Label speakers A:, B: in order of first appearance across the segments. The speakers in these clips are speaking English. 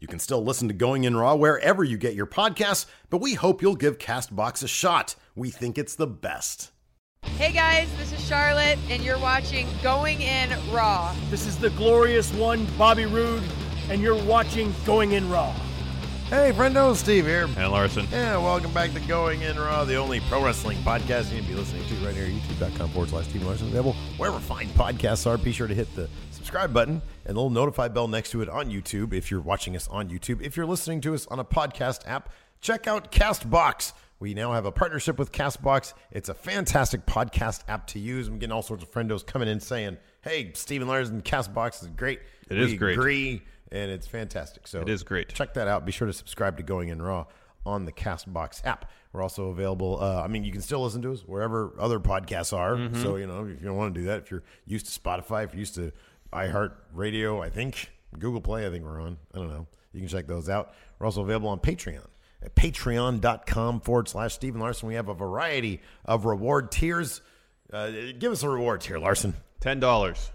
A: You can still listen to Going In Raw wherever you get your podcasts, but we hope you'll give Castbox a shot. We think it's the best.
B: Hey guys, this is Charlotte, and you're watching Going In Raw.
C: This is the glorious one, Bobby Roode, and you're watching Going In Raw.
D: Hey, friendo, Steve here.
E: And Larson.
D: Yeah, welcome back to Going In Raw, the only pro wrestling podcast you need to be listening to right here at youtube.com forward slash Team Larson Available. Wherever fine podcasts are, be sure to hit the subscribe button and the little notify bell next to it on YouTube if you're watching us on YouTube. If you're listening to us on a podcast app, check out Castbox. We now have a partnership with Castbox. It's a fantastic podcast app to use. I'm getting all sorts of friendos coming in saying, hey, Steven Larson, Castbox is great.
E: It
D: It is
E: is great.
D: agree, and it's fantastic. So
E: It is great.
D: Check that out. Be sure to subscribe to Going In Raw on the Castbox app. We're also available. Uh, I mean, you can still listen to us wherever other podcasts are.
E: Mm-hmm.
D: So you know, if you don't want to do that, if you're used to Spotify, if you're used to iHeartRadio, I think Google Play, I think we're on. I don't know. You can check those out. We're also available on Patreon at patreon.com forward slash Stephen Larson. We have a variety of reward tiers. Uh, give us a reward tier, Larson.
E: Ten dollars.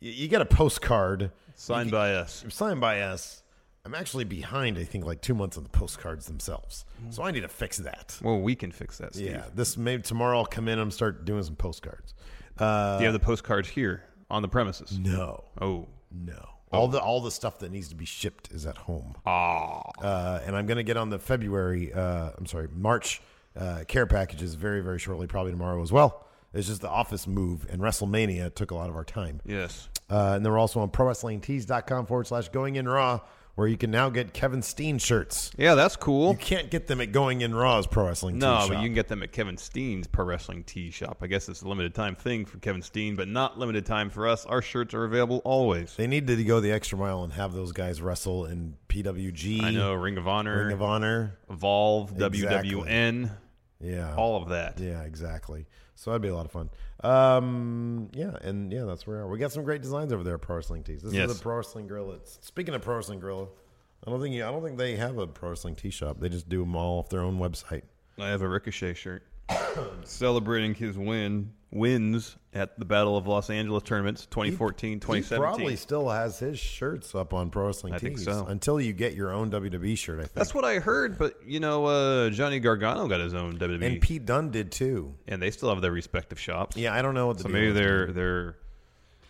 D: You, you get a postcard
E: Signed by us.
D: signed by us. I'm actually behind, I think, like two months on the postcards themselves. So I need to fix that.
E: Well, we can fix that, Steve.
D: Mm. Yeah, this maybe tomorrow I'll come in and start doing some postcards.
E: Do you have the postcards here on the premises?
D: No,
E: Oh.
D: no. All the all the stuff that needs to be shipped is at home. Ah. Uh, and I'm gonna get on the February. Uh, I'm sorry, March uh, care packages very very shortly, probably tomorrow as well. It's just the office move and WrestleMania took a lot of our time.
E: Yes.
D: Uh, and then we're also on prowrestlingtees.com forward slash going in raw, where you can now get Kevin Steen shirts.
E: Yeah, that's cool.
D: You can't get them at Going In Raw's Pro Wrestling
E: No,
D: Tees
E: but
D: shop.
E: you can get them at Kevin Steen's Pro Wrestling Tee Shop. I guess it's a limited time thing for Kevin Steen, but not limited time for us. Our shirts are available always.
D: They need to go the extra mile and have those guys wrestle in PWG.
E: I know Ring of Honor,
D: Ring of Honor.
E: Evolve,
D: Exactly.
E: WWN,
D: Yeah.
E: all of that.
D: Yeah, exactly. So that'd be a lot of fun. Um, yeah, and yeah, that's where we are. We got some great designs over there at Pro Wrestling Tees. This
E: Yes.
D: is the Pro Wrestling Grill. It's, speaking of Pro Wrestling Grill, I don't think you, I don't think they have a Pro Wrestling Tee shop. They just do them all off their own website.
E: I have a Ricochet shirt celebrating his win wins at the Battle of Los Angeles tournaments 2014,
D: He
E: 2017.
D: probably still has his shirts up on Pro Wrestling
E: I
D: Tees
E: think so.
D: until you get your own WWE shirt. I think
E: That's what I heard, but you know, uh, Johnny Gargano got his own WWE,
D: and
E: and,
D: Pete Dunne did too.
E: they still have their respective shops.
D: Yeah, I don't know what the
E: so
D: deal
E: maybe
D: is.
E: they're they're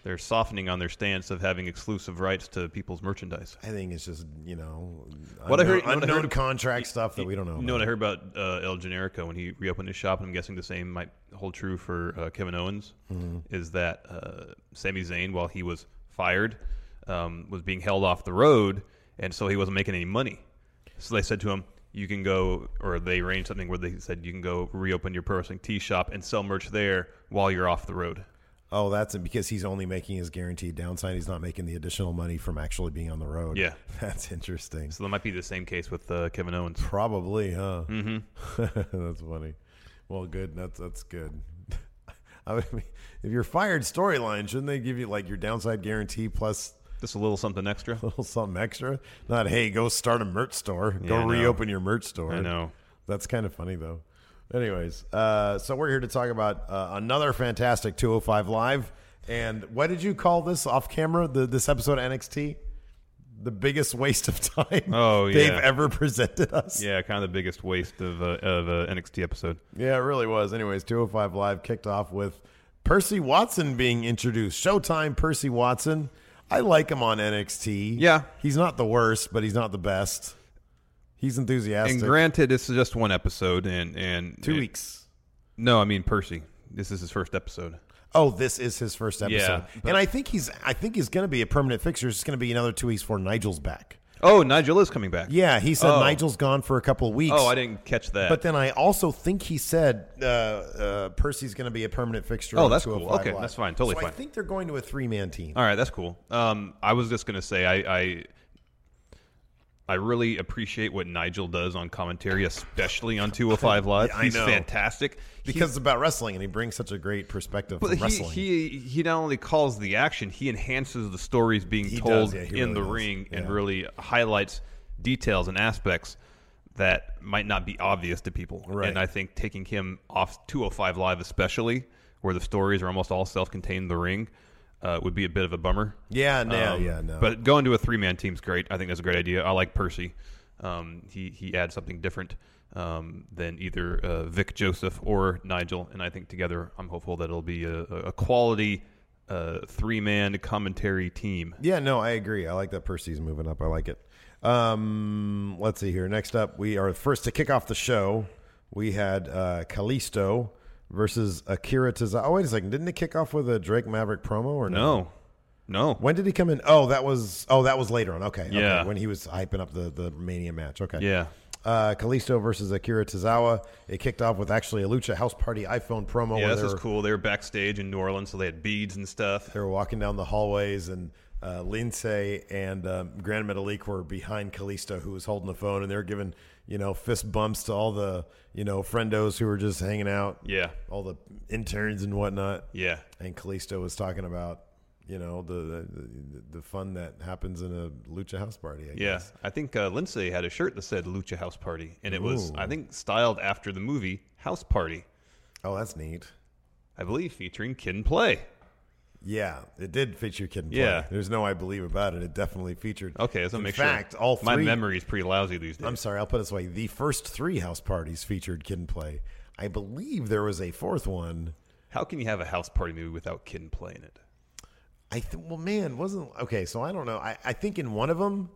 E: they're softening on their stance of having exclusive rights to people's merchandise.
D: I think it's just you know
E: What I
D: unknown-
E: heard- what I
D: unknown
E: heard-
D: contract stuff that we don't know.
E: You know what I
D: about.
E: heard about uh, El Generico when he reopened his shop, and I'm guessing the same might hold true for uh, Kevin Owens, is that uh, Sami Zayn, while he was fired, um, was being held off the road, and so he wasn't making any money. So they said to him, you can go, or they arranged something where they said you can go reopen your pro wrestling tea shop and sell merch there while you're off the road.
D: Oh, that's it, because he's only making his guaranteed downside. He's not making the additional money from actually being on the road.
E: Yeah.
D: that's interesting.
E: So that might be the same case with uh, Kevin Owens.
D: Probably, huh? Mm-hmm. that's funny. Well, good. That's that's good. I mean, if you're fired, storyline shouldn't they give you like your downside guarantee plus
E: Just a little something extra.
D: little something extra. Not hey, go start a merch store.
E: Yeah, I
D: go
E: know.
D: reopen your merch store.
E: I know.
D: That's kind of funny though. Anyways, uh, so we're here to talk about uh, another fantastic 205 Live. And what did you call this off camera? The, this episode of NXT? The biggest waste of time
E: Oh,
D: they've
E: yeah.
D: ever presented us.
E: Yeah, kind of the biggest waste of uh, of uh, NXT episode.
D: Yeah, it really was. Anyways, 205 Live kicked off with Percy Watson being introduced. Showtime Percy Watson. I like him on NXT.
E: Yeah.
D: He's not the worst, but he's not the best. He's enthusiastic.
E: And granted, this is just one episode, and and
D: Two
E: and-
D: weeks.
E: No, I mean Percy. This is his first episode.
D: Oh, this is his first episode.
E: Yeah, but-
D: and I think he's I think he's going to be a permanent fixture. It's going to be another 2 weeks before Nigel's back.
E: Oh, Nigel is coming back.
D: Yeah, he said
E: Oh.
D: Nigel's gone for a couple of weeks.
E: Oh, I didn't catch that.
D: But then I also think he said uh, uh, Percy's going to be a permanent fixture.
E: Oh,
D: on
E: that's cool.
D: 205
E: Okay,
D: Live.
E: that's fine. Totally
D: so I
E: fine.
D: think they're going to a three-man team.
E: All right, that's cool. Um, I was just gonna say I, I I really appreciate what Nigel does on commentary, especially on 205 Live.
D: Yeah, I
E: He's
D: know.
E: fantastic
D: because it's about wrestling, and he brings such a great perspective
E: But
D: from
E: he,
D: wrestling.
E: he he not only calls the action, he enhances the stories being
D: He
E: told
D: does, yeah, he
E: in
D: really
E: the
D: does.
E: ring and
D: Yeah.
E: really highlights details and aspects that might not be obvious to people.
D: Right.
E: And I think taking him off 205 Live, especially where the stories are almost all self-contained in the ring, uh, would be a bit of a bummer.
D: yeah, no,
E: Um,
D: yeah, no.
E: But going to a three-man team's great. I think that's a great idea. I like Percy. Um, he he adds something different um, than either uh, Vic Joseph or Nigel, and I think together I'm hopeful that it'll be a, a quality uh, three-man commentary team.
D: yeah, no, I agree. I like that Percy's moving up. I like it. Um, let's see here. Next up, we are first to kick off the show. We had uh, Kalisto versus Akira Tozawa. Oh, wait a second. Didn't it kick off with a Drake Maverick promo or no?
E: No, no,
D: When did he come in? Oh, that was oh that was later on. Okay, okay.
E: Yeah.
D: When he was hyping up the the Mania match. Okay.
E: yeah,
D: Uh, Kalisto versus Akira Tozawa. It kicked off with actually a Lucha House Party iPhone promo. where
E: yeah. This
D: they
E: was
D: were-
E: cool. They were backstage in New Orleans, so they had beads and stuff.
D: They were walking down the hallways, and uh, Lindsay and um, Grand Metalik were behind Kalisto, who was holding the phone, and they were giving you know fist bumps to all the you know friendos who were just hanging out.
E: Yeah.
D: all the interns and whatnot.
E: Yeah,
D: And Kalisto was talking about you know the the, the- the fun that happens in a lucha house party. I
E: yeah.
D: guess.
E: I think uh, Lindsay had a shirt that said Lucha House Party, and it was I think styled after the movie House Party.
D: Oh, that's neat.
E: I believe featuring Kid and Play.
D: Yeah, it did feature Kid and
E: Yeah.
D: Play. There's no I believe about it. It definitely featured.
E: Okay, so
D: In
E: make
D: fact,
E: sure.
D: all
E: my
D: three-
E: memory is pretty lousy these days.
D: I'm sorry, I'll put it this way. The first three house parties featured Kid and Play. I believe there was a fourth one.
E: How can you have a house party movie without Kid and Play in it?
D: I th- well, man, wasn't okay. So I don't know. I, I think in one of them,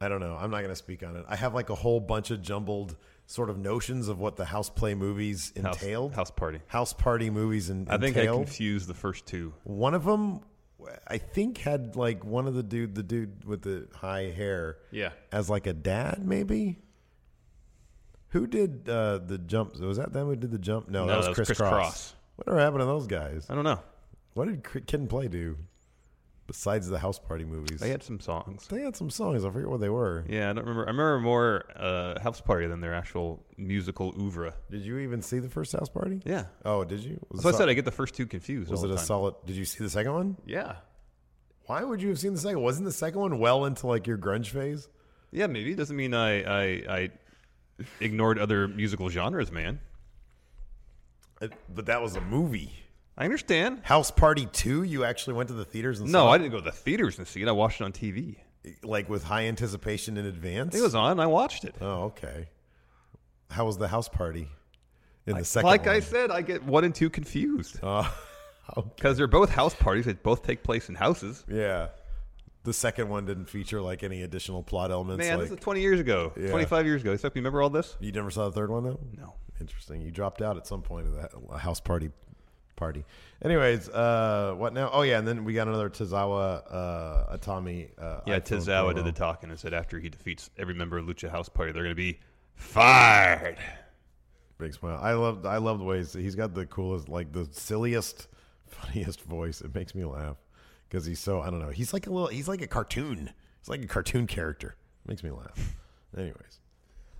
D: I don't know. I'm not going to speak on it. I have like a whole bunch of jumbled sort of notions of what the house play movies
E: House,
D: entailed.
E: house party.
D: House party movies and
E: I think I
D: entailed.
E: confused the first two.
D: One of them, I think, had like one of the dude, the dude with the high hair,
E: Yeah.
D: as like a dad, maybe. Who did uh, the jump? Was that them who did the jump? No, that was Chris, Cross.
E: Cross.
D: Whatever happened to those guys?
E: I don't know.
D: What did Cr- Kid and Play do besides the house party movies?
E: They had some songs.
D: They had some songs. I forget what they were.
E: Yeah, I don't remember. I remember more uh, house party than their actual musical oeuvre.
D: Did you even see the first house party?
E: Yeah.
D: Oh, did you? Was
E: So I
D: it
E: said I
D: sol-
E: get the first two confused.
D: was
E: all
D: it
E: the
D: a
E: time.
D: solid? Did you see the second one?
E: Yeah.
D: Why would you have seen the second? Wasn't the second one well into like your grunge phase?
E: Yeah, maybe. It doesn't mean I, I, I ignored other musical genres, man.
D: It, but that was a movie.
E: I understand.
D: House Party Two. You actually went to the theaters and
E: No,
D: saw
E: I
D: it,
E: didn't go to the theaters and see it. I watched it on TV.
D: like with high anticipation in advance.
E: It was on, and I watched it.
D: Oh, okay. How was the house party in the second?
E: Like I
D: one?
E: said, I get one and two confused.
D: Oh,
E: Because they're both house parties. They both take place in houses.
D: yeah. The second one didn't feature like any additional plot elements.
E: Man,
D: like
E: this is 20 years ago,
D: Yeah.
E: 25 years ago. Except you remember all this?
D: you never saw the third one though.
E: No.
D: Interesting. You dropped out at some point of that house party party. Anyways, uh, what now? Oh yeah, and then we got another Tozawa uh, Atami. Uh,
E: Yeah,
D: iPhone
E: Tozawa did
D: promo.
E: the talking and said after he defeats every member of Lucha House Party, they're going to be fired.
D: Big smile. I love I love the ways he's got the coolest, like the silliest, funniest voice. It makes me laugh because he's so I don't know. He's like a little. He's like a cartoon. He's like a cartoon character. Makes me laugh. Anyways,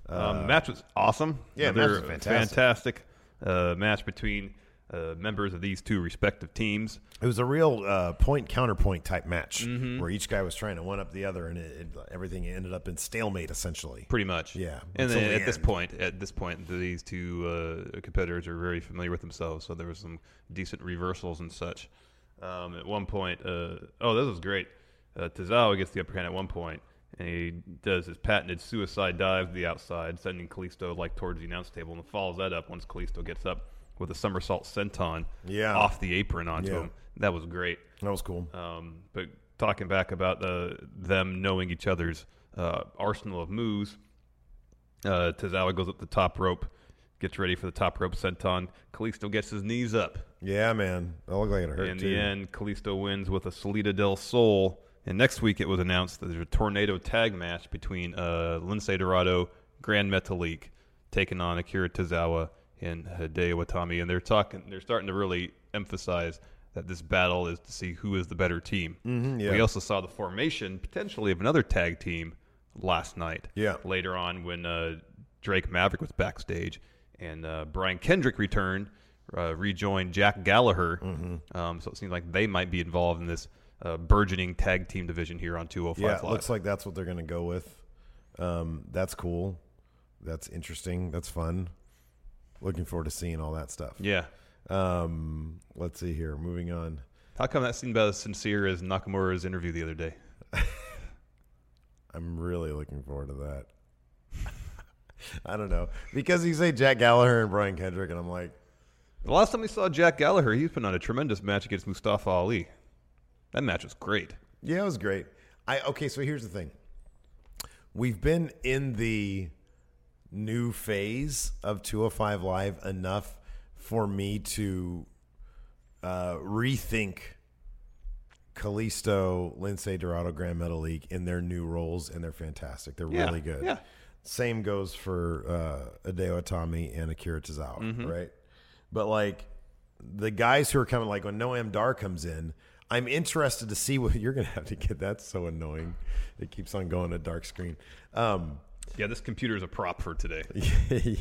E: um, the match was awesome.
D: Uh, yeah, the
E: Another
D: match was fantastic.
E: fantastic, uh, match between uh, members of these two respective teams.
D: It was a real uh, point counterpoint type match
E: Mm-hmm.
D: where each guy was trying to one up the other, and it, it, everything ended up in stalemate essentially.
E: Pretty much.
D: Yeah,
E: And
D: until
E: then
D: the
E: at this
D: end.
E: point, at this point, these two uh, competitors are very familiar with themselves, so there was some decent reversals and such. Um, at one point, uh, oh, this was great. Uh, Tozawa gets the upper hand at one point, and he does his patented suicide dive to the outside, sending Kalisto like towards the announce table, and follows that up once Kalisto gets up with a somersault senton
D: Yeah.
E: off the apron onto
D: Yeah.
E: him. That was great.
D: That was cool.
E: Um, but talking back about the, them knowing each other's uh, arsenal of moves, uh, Tozawa goes up the top rope, gets ready for the top rope senton. Kalisto gets his knees up.
D: yeah, man, that looked like it hurt
E: In
D: too.
E: the end, Kalisto wins with a Salida del Sol. And next week, it was announced that there's a tornado tag match between uh, Lince Dorado, Grand Metalik, taking on Akira Tozawa and Hideo Itami. And they're talking, they're starting to really emphasize that this battle is to see who is the better team. Mm-hmm,
D: yeah.
E: We also saw the formation potentially of another tag team last night.
D: Yeah.
E: Later on, when uh, Drake Maverick was backstage, and uh, Brian Kendrick returned, uh, rejoined Jack Gallagher.
D: Mm-hmm.
E: Um, so it seems like they might be involved in this uh, burgeoning tag team division here on 205
D: Yeah, it
E: Live.
D: looks like that's what they're going to go with. Um, that's cool. That's interesting. That's fun. Looking forward to seeing all that stuff.
E: yeah.
D: Um, let's see here. Moving on.
E: How come that seemed about as sincere as Nakamura's interview the other day?
D: I'm really looking forward to that. I don't know because you say Jack Gallagher and Brian Kendrick, and I'm like,
E: The last time we saw Jack Gallagher, he's been on a tremendous match against Mustafa Ali. That match was great.
D: yeah, it was great. I okay. So here's the thing. We've been in the new phase of 205 Live enough for me to uh, rethink Kalisto, Lindsay Dorado, Grand Metal League in their new roles, and they're fantastic. They're
E: Yeah,
D: really good.
E: yeah.
D: Same goes for uh, Hideo Itami and Akira Tozawa,
E: Mm-hmm.
D: right? But like the guys who are coming, like when Noam Dar comes in, I'm interested to see what you're going to have to get. That's so annoying. It keeps on going to dark screen. Um,
E: Yeah, this computer is a prop for today.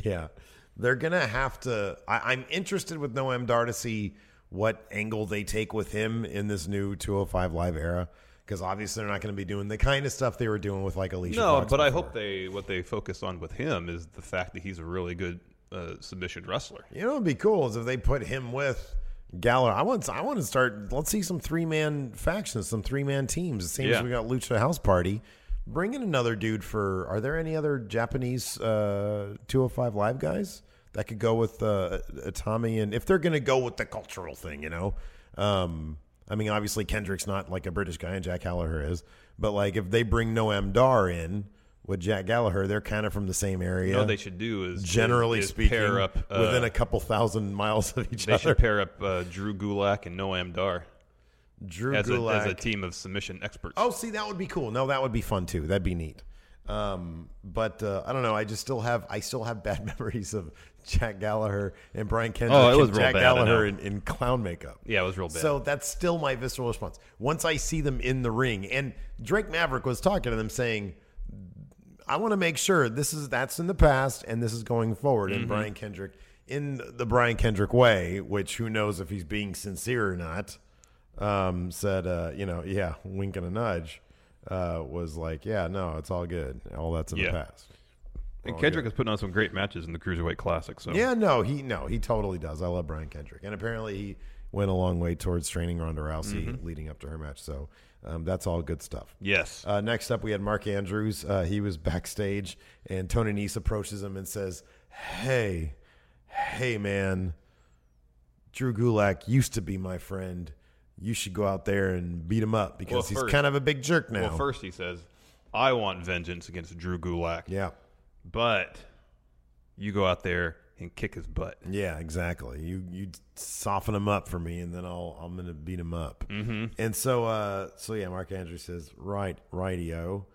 D: yeah. They're going to have to. I, I'm interested with Noam Dar to see what angle they take with him in this new 205 Live era. Because obviously they're not going to be doing the kind of stuff they were doing with like Alicia.
E: No,
D: Fox
E: but I
D: before.
E: hope they what they focus on with him is the fact that he's a really good uh, submission wrestler.
D: You know, it'd be cool is if they put him with Gallagher. I want. I want to start. Let's see some three man factions, some three man teams. It seems
E: Yeah.
D: we got Lucha House Party. Bring in another dude for. Are there any other Japanese uh, 205 Live guys that could go with uh, Tommy and if they're going to go with the cultural thing, you know? Um, I mean, obviously Kendrick's not like a British guy, and Jack Gallagher is, but like if they bring Noam Dar in with Jack Gallagher, they're kind of from the same area
E: You know what they should do is
D: generally
E: is
D: speaking,
E: pair up uh,
D: within a couple thousand miles of each
E: they
D: other.
E: should pair up uh, Drew Gulak and Noam Dar
D: Drew
E: as a, as a
D: Gulak.
E: team of submission experts.
D: oh, see, that would be cool. No, that would be fun too. That'd be neat. Um, but uh, I don't know. I just still have I still have bad memories of Jack Gallagher and Brian Kendrick
E: Oh, it was
D: and
E: real
D: Jack
E: bad, I
D: Gallagher in,
E: know.
D: in clown makeup.
E: Yeah, it was real bad.
D: So that's still my visceral response. Once I see them in the ring, and Drake Maverick was talking to them saying, I want to make sure this is that's in the past and this is going forward. And Brian Kendrick, in the Brian Kendrick way, which who knows if he's being sincere or not, um, said, uh, you know, yeah, wink and a nudge, uh, was like, yeah, no, it's all good. All that's in
E: Yeah.
D: the past.
E: and Kendrick has put on some great matches in the Cruiserweight Classic. So
D: Yeah, no, he no, he totally does. I love Brian Kendrick, and apparently he went a long way towards training Ronda Rousey leading up to her match. So um, that's all good stuff.
E: yes,
D: Uh, next up, we had Mark Andrews. Uh, he was backstage, and Tony Nese approaches him and says, "Hey, hey, man, Drew Gulak used to be my friend. You should go out there and beat him up because
E: Well,
D: he's
E: first-
D: kind of a big jerk now."
E: well first he says, "I want vengeance against Drew Gulak."
D: yeah,
E: but you go out there and kick his butt.
D: yeah, exactly. You you soften him up for me, and then I'll I'm gonna beat him up. Mm-hmm. And so uh, so yeah, Mark Andrews says, "Right, rightio."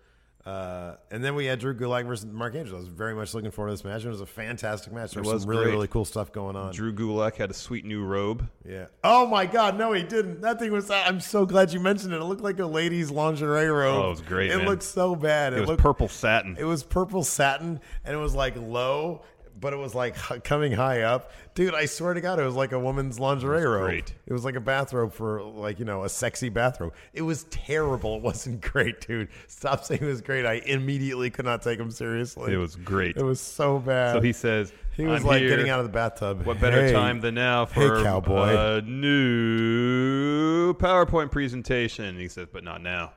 D: Uh, and then we had Drew Gulak versus Mark Andrews. I was very much looking forward to this match. It was a fantastic match. There
E: It
D: was,
E: was
D: some really,
E: great.
D: really cool stuff going on.
E: Drew Gulak had a sweet new robe.
D: Yeah. Oh my God! No, he didn't. That thing was. I'm so glad you mentioned it. It looked like a lady's lingerie robe.
E: Oh, it was great,
D: It
E: man.
D: looked so bad.
E: It was
D: looked,
E: purple satin.
D: It was purple satin, and it was like low, but it was like h- coming high up, dude. I swear to God, it was like a woman's lingerie robe.
E: great.
D: It was like a bathrobe for like you know a sexy bathrobe. It was terrible. It wasn't great, dude. Stop saying it was great. I immediately could not take him seriously.
E: It was great.
D: It was so bad.
E: So he says
D: he was
E: "I'm
D: like
E: here.
D: getting out of the bathtub.
E: What better
D: Hey.
E: time than now
D: Hey,
E: for
D: cowboy.
E: a new PowerPoint presentation? And he says, but not now.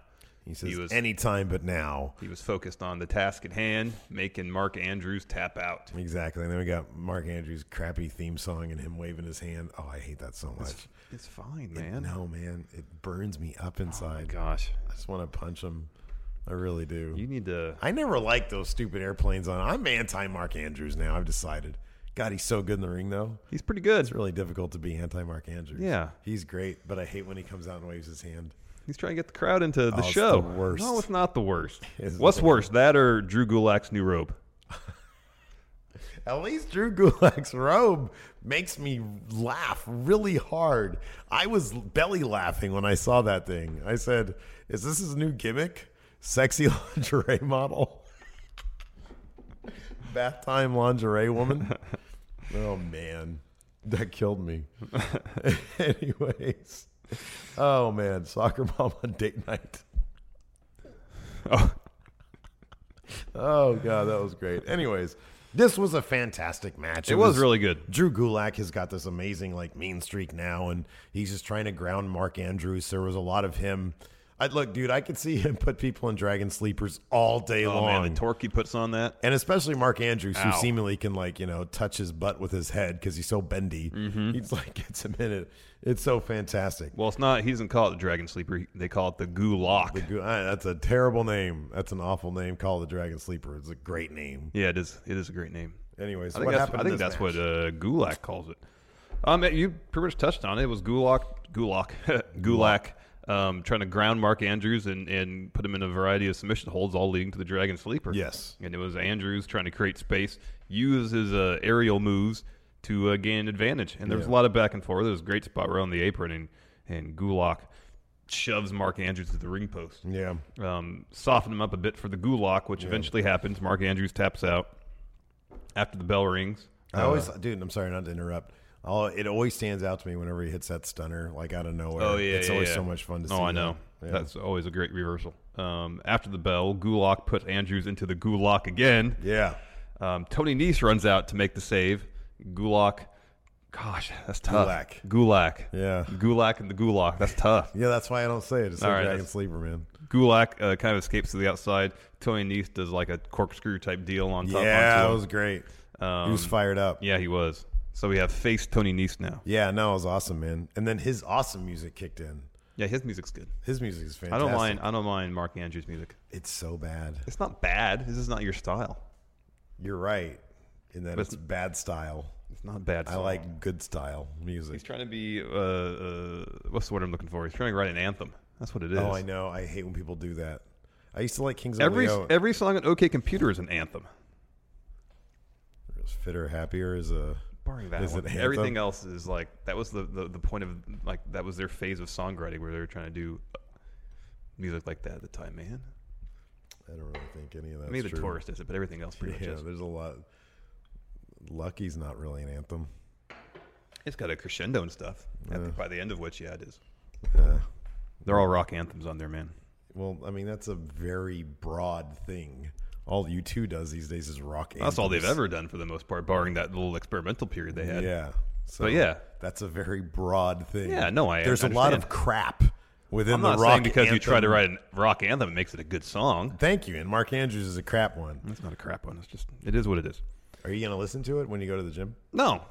D: He says
E: he was-
D: anytime but now.
E: He was focused on the task at hand, making Mark Andrews tap out.
D: Exactly. And then we got Mark Andrews' crappy theme song and him waving his hand. Oh, I hate that so much.
E: It's fine, man.
D: No, man, it burns me up inside.
E: Gosh,
D: I just want to punch him. I really do.
E: you need to.
D: I never liked those stupid airplanes on. I'm anti Mark Andrews now. I've decided. God, he's so good in the ring though.
E: He's pretty good.
D: It's really difficult to be anti Mark Andrews.
E: Yeah.
D: he's great, but I hate when he comes out and waves his hand.
E: He's trying to get the crowd into the
D: Oh, it's the
E: show.
D: worst.
E: No, it's not the worst.
D: It's
E: What's
D: the
E: worse, that or Drew Gulak's new robe?
D: At least Drew Gulak's robe makes me laugh really hard. I was belly laughing when I saw that thing. I said, "Is this his new gimmick? Sexy lingerie model, bath time lingerie woman." oh man, that killed me. Anyways, oh man, soccer mom on date night.
E: Oh,
D: Oh god, that was great. Anyways, this was a fantastic match.
E: it was really good.
D: Drew Gulak has got this amazing like mean streak now, and he's just trying to ground Mark Andrews. There was a lot of him. I look, dude, I could see him put people in dragon sleepers all day
E: Oh
D: long.
E: man, the torque he puts on that.
D: and especially Mark Andrews, who
E: Ow.
D: seemingly can like you know touch his butt with his head because he's so bendy.
E: Mm-hmm.
D: He's like gets him in it. It's so fantastic.
E: Well, it's not. He doesn't call it the dragon sleeper. He- They call it the Gulak.
D: Gu- I- That's a terrible name. That's an awful name. Call the dragon sleeper. It's a great name.
E: yeah, it is. It is a great name.
D: Anyways,
E: I think
D: what
E: that's,
D: happened?
E: I
D: in
E: think
D: this match?
E: that's what uh, Gulak calls it. Um, you pretty much touched on it. It was Gulak, Gulak, Gulak, um, trying to ground Mark Andrews and, and put him in a variety of submission holds, all leading to the Dragon Sleeper.
D: Yes.
E: and it was Andrews trying to create space, use his uh, aerial moves to uh, gain an advantage. And there was a lot of back and forth. There was a great spot right on the apron, and and Gulak shoves Mark Andrews to the ring post
D: Yeah.
E: um, soften him up a bit for the Gulak, which eventually happens. Mark Andrews taps out after the bell rings.
D: I always,
E: uh,
D: dude. I'm sorry not to interrupt. I'll, it always stands out to me whenever he hits that stunner, like out of nowhere.
E: Oh yeah,
D: it's
E: yeah,
D: always
E: yeah.
D: so much fun to see.
E: Oh, I
D: that.
E: know.
D: Yeah.
E: That's always a great reversal. Um, after the bell, Gulak puts Andrews into the Gulak again.
D: yeah.
E: Um, Tony Nese runs out to make the save. Gulak, gosh, that's tough.
D: Gulak.
E: Gulak.
D: Yeah.
E: Gulak and the Gulak. That's tough.
D: Yeah, that's why I don't say it. It's
E: All
D: like
E: right,
D: Dragon
E: that's-
D: Sleeper, man.
E: Gulak uh, kind of escapes to the outside. Tony Nese does like a corkscrew type deal on top.
D: Yeah,
E: onto
D: it
E: him.
D: was great.
E: Um,
D: he was fired up. Yeah.
E: Yeah, he was. So we have face Tony Nese now.
D: no, it was awesome, man. And then his awesome music kicked in.
E: Yeah, his music's good.
D: His music is
E: I
D: fantastic.
E: don't mind. I don't mind Mark Andrews' music.
D: It's so bad.
E: It's not bad. This is not your style.
D: You're right in that
E: But-
D: it's bad style.
E: It's not bad.
D: I
E: style.
D: like good style
E: He's
D: music.
E: trying to be. Uh, uh, what's the word I'm looking for? He's trying to write an anthem. That's what it is.
D: Oh, I know. I hate when people do that. I used to like Kings of
E: Every
D: Leon.
E: every song on OK Computer is an anthem.
D: Fitter, happier is a.
E: Barring that
D: Is
E: one,
D: it anthem?
E: everything else is like that was the, the the point of like that was their phase of songwriting where they were trying to do music like that at the time. Man,
D: I don't really think any of that's
E: I mean the
D: true.
E: tourist is it, but everything else pretty much
D: Yeah,
E: is.
D: there's a lot. Lucky's not really an anthem.
E: It's got a crescendo and stuff. at the- by the end of which, yeah, it is.
D: Uh,
E: They're all rock anthems on there, man.
D: well, I mean that's a very broad thing. All U two does these days is rock.
E: That's all they've
D: anthems.
E: ever done for the most part, barring that little experimental period they had.
D: Yeah. So
E: But yeah.
D: that's a very broad thing.
E: Yeah, no, I
D: There's a lot of
E: understand.
D: crap within
E: I'm
D: the
E: not
D: rock.
E: saying because you try to
D: anthem.
E: write a rock anthem it makes it a good song.
D: Thank you. And Mark Andrews is a crap one.
E: It's not a crap one. It's just it is what it is.
D: Are you going to listen to it when you go to the gym?
E: No,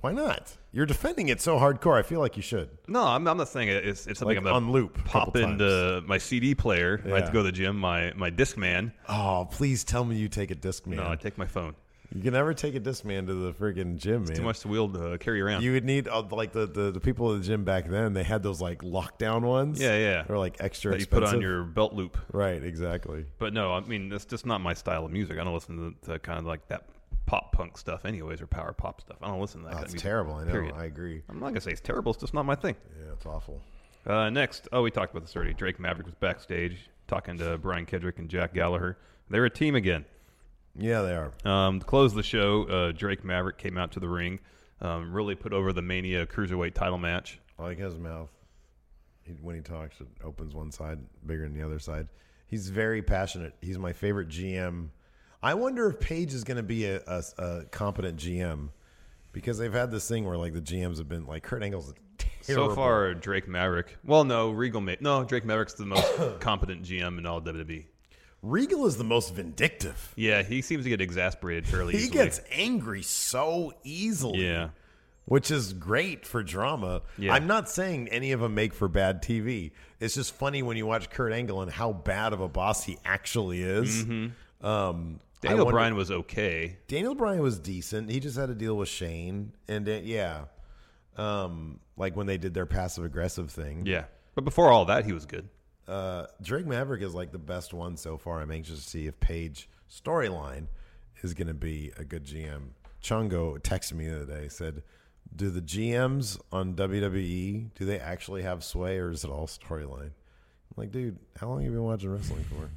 D: Why not? You're defending it so hardcore. I feel like you should.
E: no, I'm, I'm not saying it. it's it's something
D: Like
E: I'm gonna
D: on loop a
E: Pop
D: couple
E: into my CD player. when I have
D: Yeah.
E: to go to the gym. My my Discman.
D: Oh, please tell me you take a disc man.
E: No, I take my phone.
D: you can never take a disc man to the friggin' gym, man.
E: Too much to wield uh, carry around.
D: You would need uh, like the, the the people at the gym back then. They had those like lockdown ones.
E: Yeah, yeah.
D: Or like extra
E: that you
D: expensive.
E: put on your belt loop.
D: right, exactly.
E: But no, I mean that's just not my style of music. I don't listen to, to kind of like that pop punk stuff, anyways, or power pop stuff. I don't listen to that.
D: Oh,
E: kind
D: it's
E: of music,
D: terrible. I know.
E: period.
D: I agree.
E: I'm not gonna say it's terrible. It's just not my thing.
D: Yeah, it's awful.
E: Uh, next, oh, we talked about this already. Drake Maverick was backstage talking to Brian Kedrick and Jack Gallagher. They're a team again.
D: Yeah, they are.
E: Um, to close the show, uh, Drake Maverick came out to the ring, um, really put over the Mania Cruiserweight title match.
D: I like his mouth. He, when he talks, it opens one side bigger than the other side. He's very passionate. He's my favorite GM. I wonder if Paige is going to be a, a, a competent GM because they've had this thing where like the GMs have been like Kurt Angle's terrible.
E: So far, Drake Maverick. Well, no, Regal. Ma- no, Drake Maverick's the most competent GM in all WWE.
D: Regal is the most vindictive.
E: Yeah, he seems to get exasperated fairly
D: He
E: easily.
D: gets angry so easily.
E: yeah.
D: which is great for drama.
E: Yeah.
D: I'm not saying any of them make for bad TV. It's just funny when you watch Kurt Angle and how bad of a boss he actually is.
E: Mm-hmm.
D: Um, I
E: Daniel
D: wonder-
E: Bryan was okay.
D: Daniel Bryan was decent. He just had to deal with Shane, and uh, yeah, um, like when they did their passive aggressive thing.
E: Yeah, but before all that, he was good.
D: Uh, Drake Maverick is like the best one so far. I'm anxious to see if Paige storyline is going to be a good GM. Chongo texted me the other day said, "Do the GMs on WWE do they actually have sway or is it all storyline?" I'm like, dude, how long have you been watching wrestling for?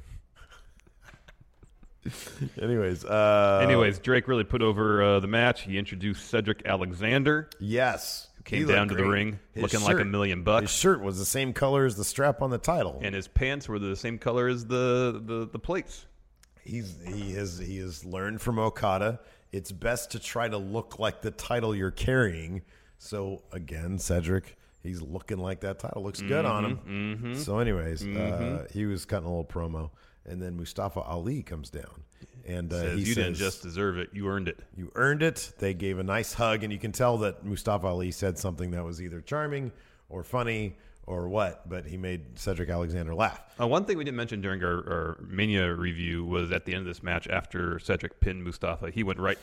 D: Anyways, uh,
E: Anyways, Drake really put over uh, the match. He introduced Cedric Alexander.
D: yes,
E: Came
D: He looked
E: down to the
D: great.
E: ring
D: His
E: looking like a
D: shirt-
E: million bucks.
D: His shirt was the same color as the strap on the title.
E: and his pants were the same color as the the, the plates.
D: He's he has he has learned from Okada. It's best to try to look like the title you're carrying. So again, Cedric, he's looking like that title looks good on him.
E: Mm-hmm,
D: So, anyways, uh, he was cutting a little promo, and then Mustafa Ali comes down, and uh,
E: Says,
D: he says,
E: you didn't just deserve it. You earned it.
D: "You earned it." They gave a nice hug, and you can tell that Mustafa Ali said something that was either charming or funny or what, but he made Cedric Alexander laugh.
E: Uh, one thing we didn't mention during our, our Mania review was at the end of this match, after Cedric pinned Mustafa, he went right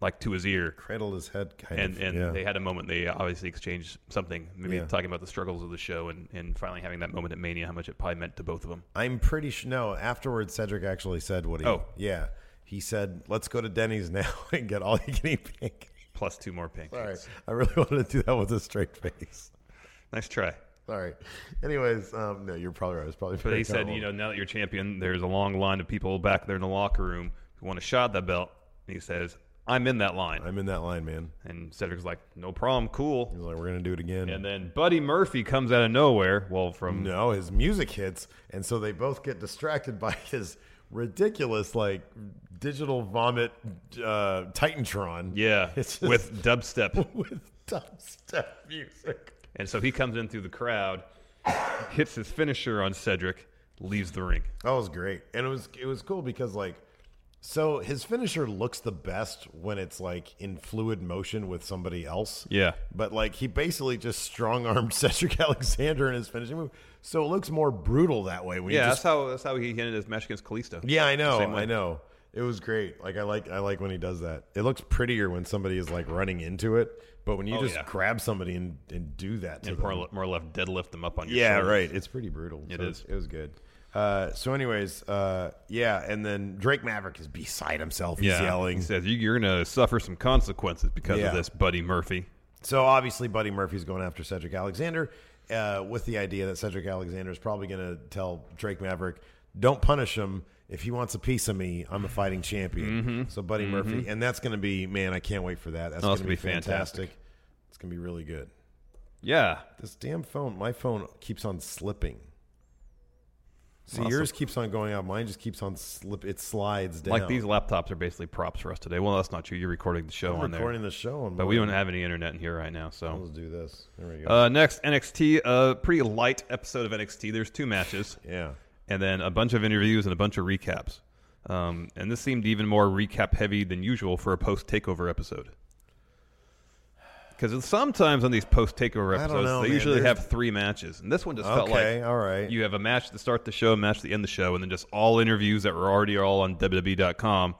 E: like to his ear,
D: Cradled his head, kind
E: and
D: of,
E: and
D: yeah.
E: they had a moment. They obviously exchanged something, maybe
D: Yeah.
E: talking about the struggles of the show, and and finally having that moment at Mania, how much it probably meant to both of them.
D: I'm pretty sure. No, afterwards, Cedric actually said what he.
E: Oh.
D: yeah, he said, "Let's go to Denny's now and get all you can eat pancakes."
E: Plus two more pancakes.
D: Sorry, I really wanted to do that with a straight face.
E: Nice try.
D: Sorry. Anyways, um, no, you're probably right. It's probably.
E: But he said, you know, now that you're champion, there's a long line of people back there in the locker room who want to shot that belt. And he says, I'm in that line.
D: I'm in that line, man.
E: And Cedric's like, no problem, cool.
D: He's like, "We're gonna do it again."
E: And then Buddy Murphy comes out of nowhere. Well, from
D: no, his music hits, and so they both get distracted by his ridiculous, like, digital vomit, uh, Titantron.
E: yeah,
D: It's just-
E: with dubstep.
D: with dubstep music.
E: and so he comes in through the crowd, hits his finisher on Cedric, leaves the ring.
D: That was great, and it was it was cool because like, so his finisher looks the best when it's like in fluid motion with somebody else.
E: Yeah.
D: but like he basically just strong armed Cedric Alexander in his finishing move, so it looks more brutal that way. When you
E: Yeah,
D: just,
E: that's how that's how he ended his match against Kalisto.
D: yeah, I know,
E: Same way.
D: I know. It was great. Like I like I like when he does that. It looks prettier when somebody is like running into it, but when you
E: Oh,
D: just
E: yeah.
D: grab somebody and, and do that to
E: And
D: them,
E: more, le- more left deadlift them up on your
D: yeah,
E: shoulders.
D: right. It's pretty brutal.
E: It
D: It is.
E: is.
D: It was good. Uh, so, anyways, uh, yeah, and then Drake Maverick is beside himself. He's
E: Yeah, Mm-hmm.
D: yelling.
E: He says "You- you're going to suffer some consequences because
D: Yeah.
E: of this, Buddy Murphy.
D: So obviously, Buddy Murphy's going after Cedric Alexander uh, with the idea that Cedric Alexander is probably going to tell Drake Maverick, "Don't punish him. If he wants a piece of me, I'm a fighting champion." So Buddy Murphy, and that's going to be man. I can't wait for that. That's
E: Mm-hmm. Oh,
D: going
E: it's
D: to
E: gonna
D: be
E: be fantastic.
D: fantastic. It's going to be really good.
E: Yeah,
D: This damn phone, my phone keeps on slipping. See,
E: Well,
D: yours keeps on going up. Mine just keeps on slip. It slides down.
E: like these laptops are basically props for us today. Well, that's not true. You're recording the show
D: I'm
E: on there,
D: recording the show, on
E: but
D: mine.
E: we don't have any internet in here right now. So
D: Let's do this. There we go.
E: uh, next NXT, uh, pretty light episode of NXT. There's two matches,
D: yeah,
E: and then a bunch of interviews and a bunch of recaps. Um, and this seemed even more recap heavy than usual for a post takeover episode. Because sometimes on these post takeover
D: I don't
E: episodes,
D: know,
E: they
D: man.
E: usually
D: There's-
E: have three matches, and this one just felt
D: Okay,
E: like
D: all right.
E: you have a match to start the show, a match to end the show, and then just all interviews that were already all on WWE.com,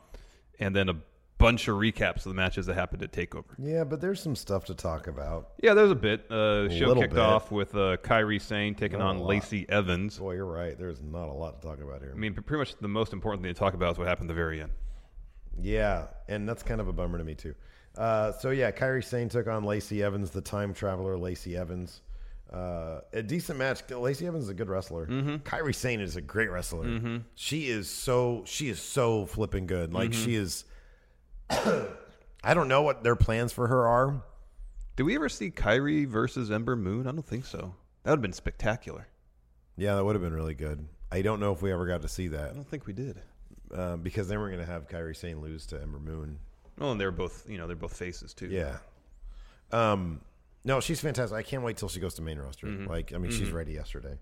E: and then a bunch of recaps of the matches that happened at Takeover.
D: yeah. But there's some stuff to talk about.
E: Yeah, there's a bit. Uh, show
D: little
E: kicked
D: bit.
E: off with uh, Kyrie Sane taking on Lacey Evans.
D: Boy, you're right. There's not a lot to talk about here.
E: I mean, pretty much the most important thing to talk about is what happened at the very end.
D: Yeah, and that's kind of a bummer to me too. Uh, so yeah, Kyrie Sane took on Lacey Evans, the time traveler Lacey Evans. Uh, a decent match. Lacey Evans is a good wrestler. Kyrie Sane is a great wrestler. She is so she is so flipping good. Like she is. I don't know what their plans for her are.
E: Did we ever see Kyrie versus Ember Moon? I don't think so. That would have been spectacular.
D: Yeah, that would have been really good. I don't know if we ever got to see that
E: I don't think we did.
D: uh, because then we're going to have Kyrie Sane lose to Ember Moon.
E: Well, and they're both, you know, they're both faces too.
D: Yeah. Um, no, she's fantastic. I can't wait till she goes to main roster. Like, I mean, she's ready yesterday.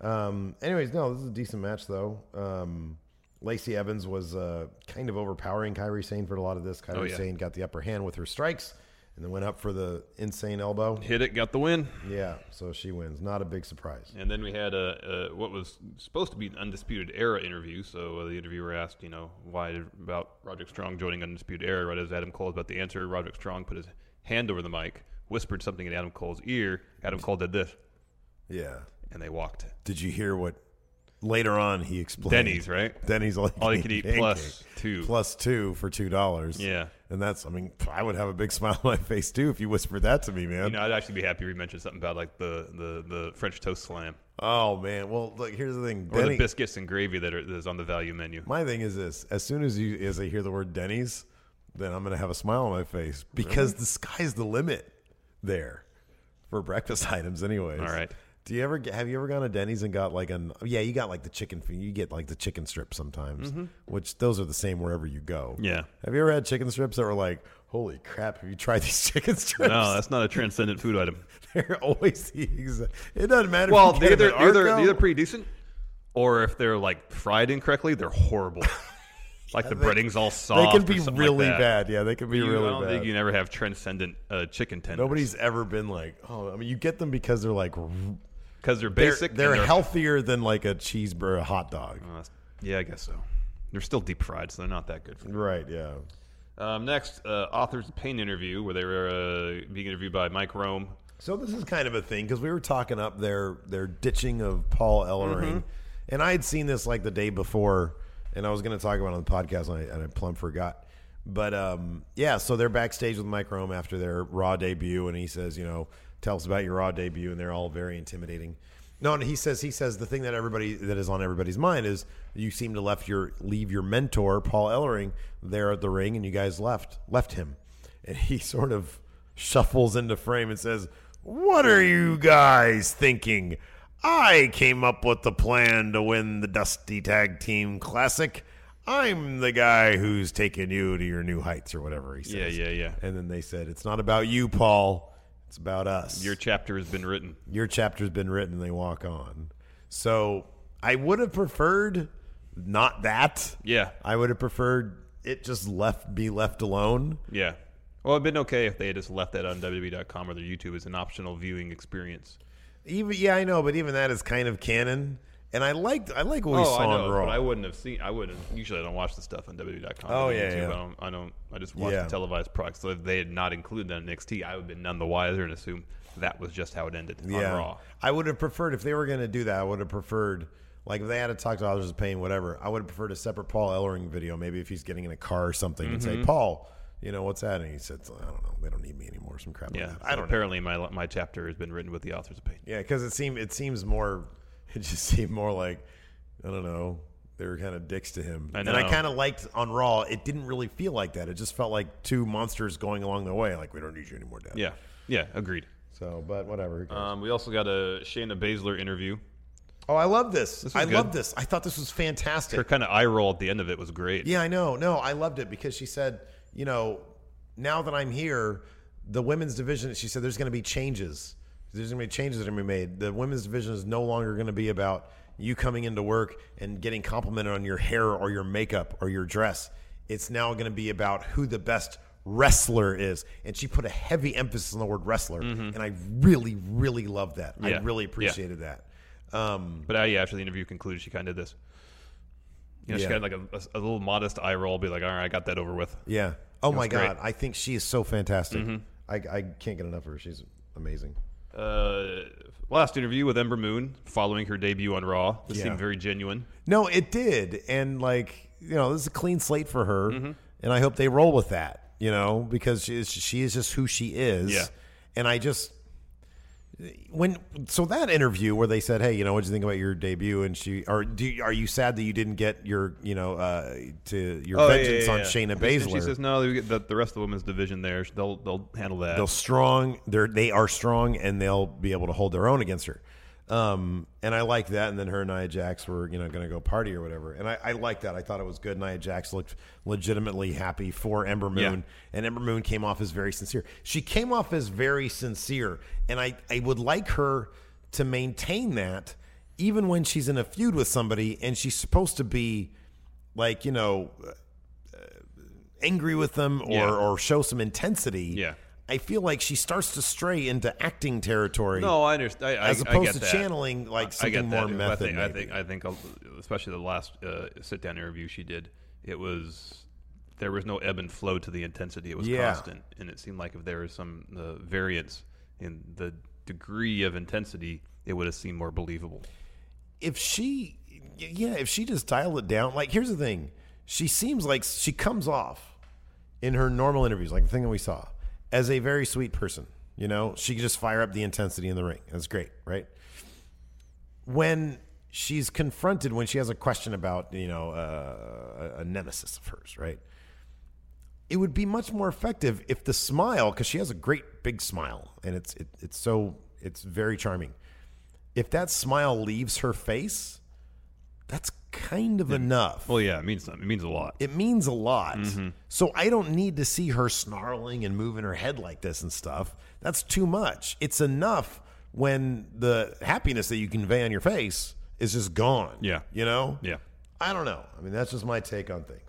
D: Um, anyways, no, this is a decent match though. Um, Lacey Evans was uh, kind of overpowering Kyrie Sane for a lot of this. Kyrie
E: yeah.
D: Sane got the upper hand with her strikes, and then went up for the insane elbow.
E: Hit it, got the win.
D: Yeah, so she wins. Not a big surprise.
E: And then we had a, a what was supposed to be an Undisputed Era interview. So uh, the interviewer asked, you know, why about Roderick Strong joining Undisputed Era. Right as Adam Cole was about to answer, Roderick Strong put his hand over the mic, whispered something in Adam Cole's ear. Adam Cole did this,
D: Yeah.
E: and they walked.
D: Did you hear what? Later on, he explained
E: Denny's, right?
D: Denny's all you
E: All
D: can,
E: you can eat
D: pancake.
E: plus two.
D: plus two for two dollars.
E: Yeah.
D: and that's I mean I would have a big smile on my face too if you whispered that to me, man.
E: You know, I'd actually be happy if you mentioned something about like the the, the French toast slam
D: oh man, well look here's the thing,
E: or
D: Denny.
E: the biscuits and gravy that are that is on the value menu.
D: my thing is this: as soon as you as I hear the word Denny's, then I'm gonna have a smile on my face because the sky's the limit there for breakfast items, anyways.
E: All right.
D: Do you ever get, have you ever gone to Denny's and got like an yeah you got like the chicken fi- you get like the chicken strips sometimes which those are the same wherever you go
E: Mm-hmm. Yeah.
D: have you ever had chicken strips that were like holy crap have you tried these chicken strips
E: No, that's not a transcendent food item.
D: They're always the exact. It doesn't matter.
E: Well,
D: if
E: they're
D: you get
E: either,
D: them
E: they're
D: at
E: either,
D: Arco.
E: they're either pretty decent, or if they're like fried incorrectly, they're horrible. like the breading's all
D: they
E: soft.
D: can
E: or
D: be
E: something like
D: really
E: that.
D: bad. Yeah, they can be
E: You, I don't
D: really
E: think
D: bad.
E: you never have transcendent uh, chicken tenders.
D: Nobody's ever been like, oh, I mean, you get them because they're like, r-
E: because they're
D: they're,
E: basic. and
D: they're healthier than like a cheeseburger, a hot dog.
E: Uh, yeah, I guess so. They're still deep fried, so they're not that good. For you.
D: Right? Yeah.
E: Um, next, uh, authors of pain interview where they were uh, being interviewed by Mike Rome.
D: So this is kind of a thing because we were talking up their their ditching of Paul Ellering, and I had seen this like the day before, and I was going to talk about it on the podcast, and I, and I plumb forgot. But um, yeah, so they're backstage with Mike Rome after their Raw debut, and he says, you know, tell us about your Raw debut, and they're all very intimidating. No, and he says he says the thing that everybody that is on everybody's mind is you seem to left your leave your mentor Paul Ellering there at the ring, and you guys left left him, and he sort of shuffles into frame and says, What are you guys thinking? I came up with the plan to win the Dusty Tag Team Classic. I'm the guy who's taking you to your new heights or whatever he says.
E: Yeah, yeah, yeah.
D: And then they said, It's not about you, Paul. It's about us.
E: Your chapter has been written.
D: Your chapter's been written and they walk on. So I would have preferred not that.
E: Yeah,
D: I would have preferred it just left be left alone.
E: yeah. Well, it'd been okay if they had just left that on WWE.com or their YouTube as an optional viewing experience.
D: Even yeah, I know, but even that is kind of canon. And I liked I like what we saw
E: Oh, I know,
D: on Raw.
E: but I wouldn't have seen. I wouldn't. Usually, I don't watch the stuff on WWE.com.
D: Oh,
E: or
D: yeah,
E: YouTube.
D: yeah.
E: I don't. I don't. I just watch
D: Yeah.
E: the televised products. So if they had not included that in NXT, I would have been none the wiser and assume that was just how it ended
D: yeah,
E: on Raw.
D: I would have preferred if they were going to do that. I would have preferred like if they had to talk to others of pain, whatever. I would have preferred a separate Paul Ellering video. Maybe if he's getting in a car or something, and
E: Mm-hmm.
D: say, "Paul, you know what's that?" And he said, "I don't know. They don't need me anymore." Some crap.
E: Yeah.
D: like that.
E: I don't apparently, my my chapter has been written with the authors of pain.
D: Yeah, because it seemed it seems more. It just seemed more like I don't know. They were kind of dicks to him,
E: I
D: and I
E: know.
D: kind of liked on Raw. It didn't really feel like that. It just felt like two monsters going along the way. Like we don't need you anymore, Dad.
E: Yeah. Yeah. Agreed.
D: So, but whatever. who cares?
E: Um, we also got a Shayna Baszler interview.
D: oh, I love this.
E: this
D: I
E: was good.
D: love this. I thought this was fantastic.
E: Her kind of eye roll at the end of it was great.
D: Yeah, I know. No, I loved it because she said, you know, now that I'm here, the women's division, she said there's going to be changes. There's going to be changes that are going to be made. The women's division is no longer going to be about you coming into work and getting complimented on your hair or your makeup or your dress. It's now going to be about who the best wrestler is. And she put a heavy emphasis on the word wrestler. And I really, really loved that. I
E: Mm-hmm. Yeah.
D: really
E: Yeah.
D: appreciated that. Um,
E: But uh, yeah, after the interview concluded, she kind of did this. You know, she
D: Yeah.
E: kind of like a, a little modest eye roll, be like, "All right, I got that over with."
D: Yeah. Oh my
E: great. Mm-hmm.
D: god, I think she is so fantastic. I, I can't get enough of her. She's amazing.
E: uh, last interview with Ember Moon following her debut on Raw. This
D: Yeah.
E: seemed very genuine.
D: No, it did, and like you know, this is a clean slate for her,
E: Mm-hmm.
D: and I hope they roll with that. You know, because she is she is just who she is.
E: Yeah.
D: And I just when so that interview where they said, "Hey, you know, what do you think about your debut?" and she, or do you, are you sad that you didn't get your, you know, uh, to your
E: Oh, yeah,
D: vengeance
E: yeah,
D: on
E: yeah.
D: Shayna
E: And she- and
D: Baszler?
E: She says no. They get the, the rest of the women's division there. They'll they'll handle that.
D: They'll strong. They're they are strong, and they'll be able to hold their own against her. Um, and I like that. And then her and Nia Jax were you know going to go party or whatever. And I, I like that. I thought it was good. Nia Jax looked legitimately happy for Ember Moon,
E: Yeah.
D: and Ember Moon came off as very sincere. She came off as very sincere, and I I would like her to maintain that even when she's in a feud with somebody, and she's supposed to be like you know uh, angry with them or,
E: Yeah.
D: or show some intensity.
E: Yeah.
D: I feel like she starts to stray into acting territory.
E: no, I understand. I, I-
D: As
E: I
D: opposed
E: get
D: to
E: that.
D: channeling, like,
E: I- I
D: something
E: get that.
D: more
E: But
D: method,
E: I
D: maybe.
E: think, I think I think especially the last uh, sit down interview she did, it was there was no ebb and flow to the intensity. It was
D: Yeah.
E: constant, and it seemed like if there was some uh, variance in the degree of intensity, it would have seemed more believable.
D: If she, yeah, if she just dialed it down, like here's the thing, she seems like she comes off in her normal interviews, like the thing that we saw, as a very sweet person. You know, she can just fire up the intensity in the ring. That's great, right? When she's confronted, when she has a question about, you know, uh, a- a nemesis of hers, right? it would be much more effective if the smile, because she has a great big smile, and it's it, it's so it's very charming. If that smile leaves her face, that's kind of enough.
E: Well, yeah, it means something. It means a lot.
D: It means a lot. So I don't need to see her snarling and moving her head like this and stuff. That's too much. It's enough when the happiness that you convey on your face is just gone.
E: Yeah.
D: You know?
E: yeah.
D: I don't know. I mean, that's just my take on things.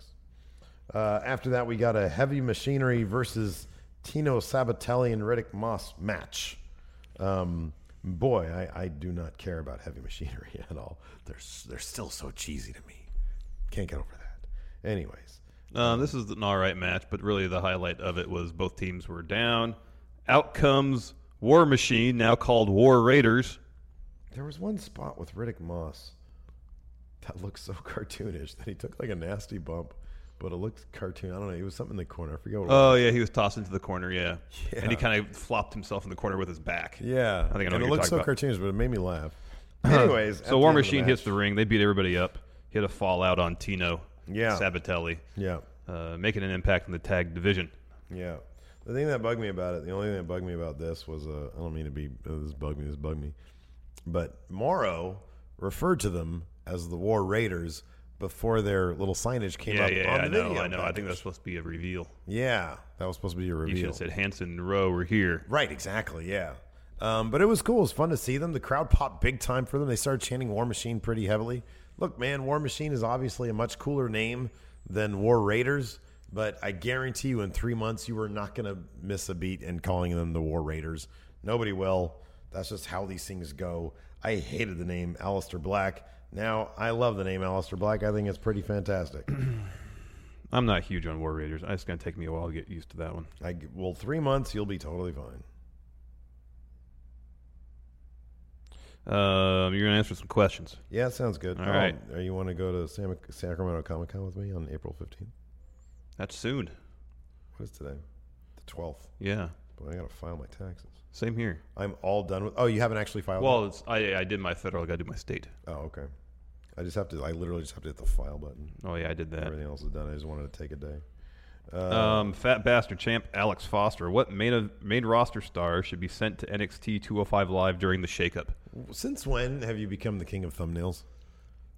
D: Uh, after that, we got a heavy machinery versus Tino Sabatelli and Riddick Moss match. Um, boy, I, I do not care about heavy machinery at all. They're s- they're still so cheesy to me. Can't get over that. Anyways,
E: Um, this is an all right match, but really the highlight of it was both teams were down. Out comes War Machine, now called War Raiders.
D: there was one spot with Riddick Moss that looked so cartoonish that he took like a nasty bump, but it looked cartoon. I don't know. It was something in the corner. I forget what. it was.
E: Oh yeah, he was tossed into the corner. Yeah, and he kind of flopped himself in the corner with his back.
D: Yeah,
E: I think I know
D: and it
E: what you're
D: looked so
E: talking about.
D: cartoonish, but it made me laugh. Anyways, at
E: so War
D: the end of
E: Machine
D: match-
E: hits the ring. They beat everybody up. Hit a fallout on Tino.
D: Yeah.
E: Sabatelli.
D: Yeah,
E: Uh, making an impact in the tag division.
D: yeah. The thing that bugged me about it, the only thing that bugged me about this was, uh, I don't mean to be uh, this bugged me, this bugged me, but Morrow referred to them as the War Raiders before their little signage came
E: Yeah,
D: up
E: yeah,
D: on
E: yeah, I
D: the
E: know,
D: video.
E: I know. I think
D: package.
E: that's supposed to be a reveal.
D: yeah, that was supposed to be a
E: You should
D: reveal.
E: have said Hanson and Rowe were here.
D: Right, exactly, yeah. Um, but it was cool. It was fun to see them. The crowd popped big time for them. They started chanting War Machine pretty heavily. Look, man, War Machine is obviously a much cooler name than War Raiders, but I guarantee you in three months you are not going to miss a beat in calling them the War Raiders. Nobody will. That's just how these things go. I hated the name Alistair Black. Now I love the name Alistair Black. I think it's pretty fantastic.
E: I'm not huge on War Raiders. It's going to take me a while to get used to that one.
D: I, well, three months, you'll be totally fine.
E: Um, you're going to answer some questions.
D: Yeah, that sounds good.
E: All
D: Oh,
E: right.
D: uh, You want to go to Sam- Sacramento Comic Con with me on April 15th?
E: That's soon.
D: What is today? The 12th.
E: Yeah.
D: But I got to file my taxes.
E: Same here.
D: I'm all done with. Oh, you haven't actually filed?
E: Well, it's, I, I did my federal. I got to do my state.
D: it? Oh, okay. I just have to. I literally just have to hit the file button.
E: Oh, yeah, I did that.
D: Everything else is done. I just wanted to take a day.
E: Um, fat bastard champ Alex Foster. What main main roster star should be sent to NXT 205 Live during the shakeup?
D: Since when have you become the king of thumbnails?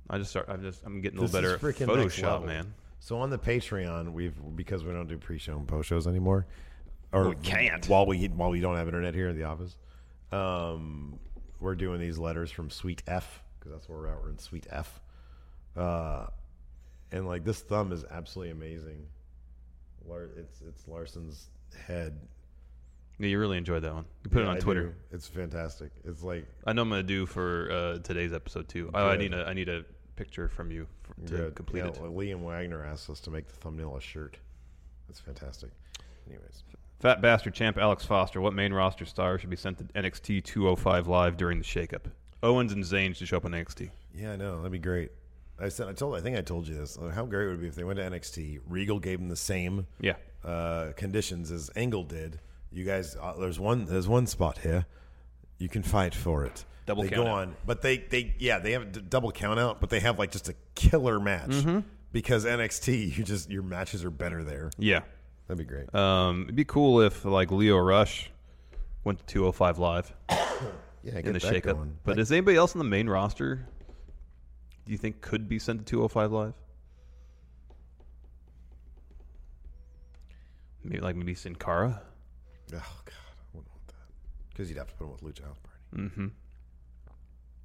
E: I just start. I'm just. I'm getting a
D: This
E: little better
D: is
E: at
D: freaking next
E: Photoshop,
D: level.
E: man.
D: So on the Patreon, we've because we don't do pre-show and post shows anymore, or
E: We can't.
D: while we while we don't have internet here in the office. Um, we're doing these letters from Sweet F because that's where we're at. We're in Sweet F, uh, and like this thumb is absolutely amazing. Lar- it's it's Larson's head.
E: Yeah, you really enjoyed that one. You put it
D: Yeah,
E: on
D: I
E: Twitter.
D: do. It's fantastic. It's like
E: I know I'm gonna do for uh, today's episode too. Oh, I
D: Good.
E: need a I need a picture from you for, to
D: good.
E: complete
D: Yeah,
E: it.
D: uh, Liam Wagner asked us to make the thumbnail a shirt. That's fantastic. Anyways.
E: Fat bastard champ Alex Foster. What main roster star should be sent to NXT 205 Live during the shakeup? Owens and Zayn should show up on NXT.
D: Yeah, I know. That'd be great. I said, I told, I think I told you this. Uh, How great would it be if they went to NXT? Regal gave them the same
E: Yeah.
D: uh, conditions as Angle did. You guys, uh, there's one, there's one spot here. You can fight for it.
E: Double
D: they
E: count
D: go
E: out.
D: on, but they they yeah they have a d- double count out, but they have like just a killer match
E: Mm-hmm.
D: because NXT you just your matches are better there.
E: Yeah.
D: That'd be great.
E: Um, it'd be cool if like Leo Rush went to 205 live
D: yeah, get
E: in the
D: that
E: shakeup.
D: going.
E: But is anybody else on the main roster do you think could be sent to 205 live? Maybe like maybe Sin Cara.
D: Oh God, I wouldn't want that because you'd have to put him with Lucha House Party.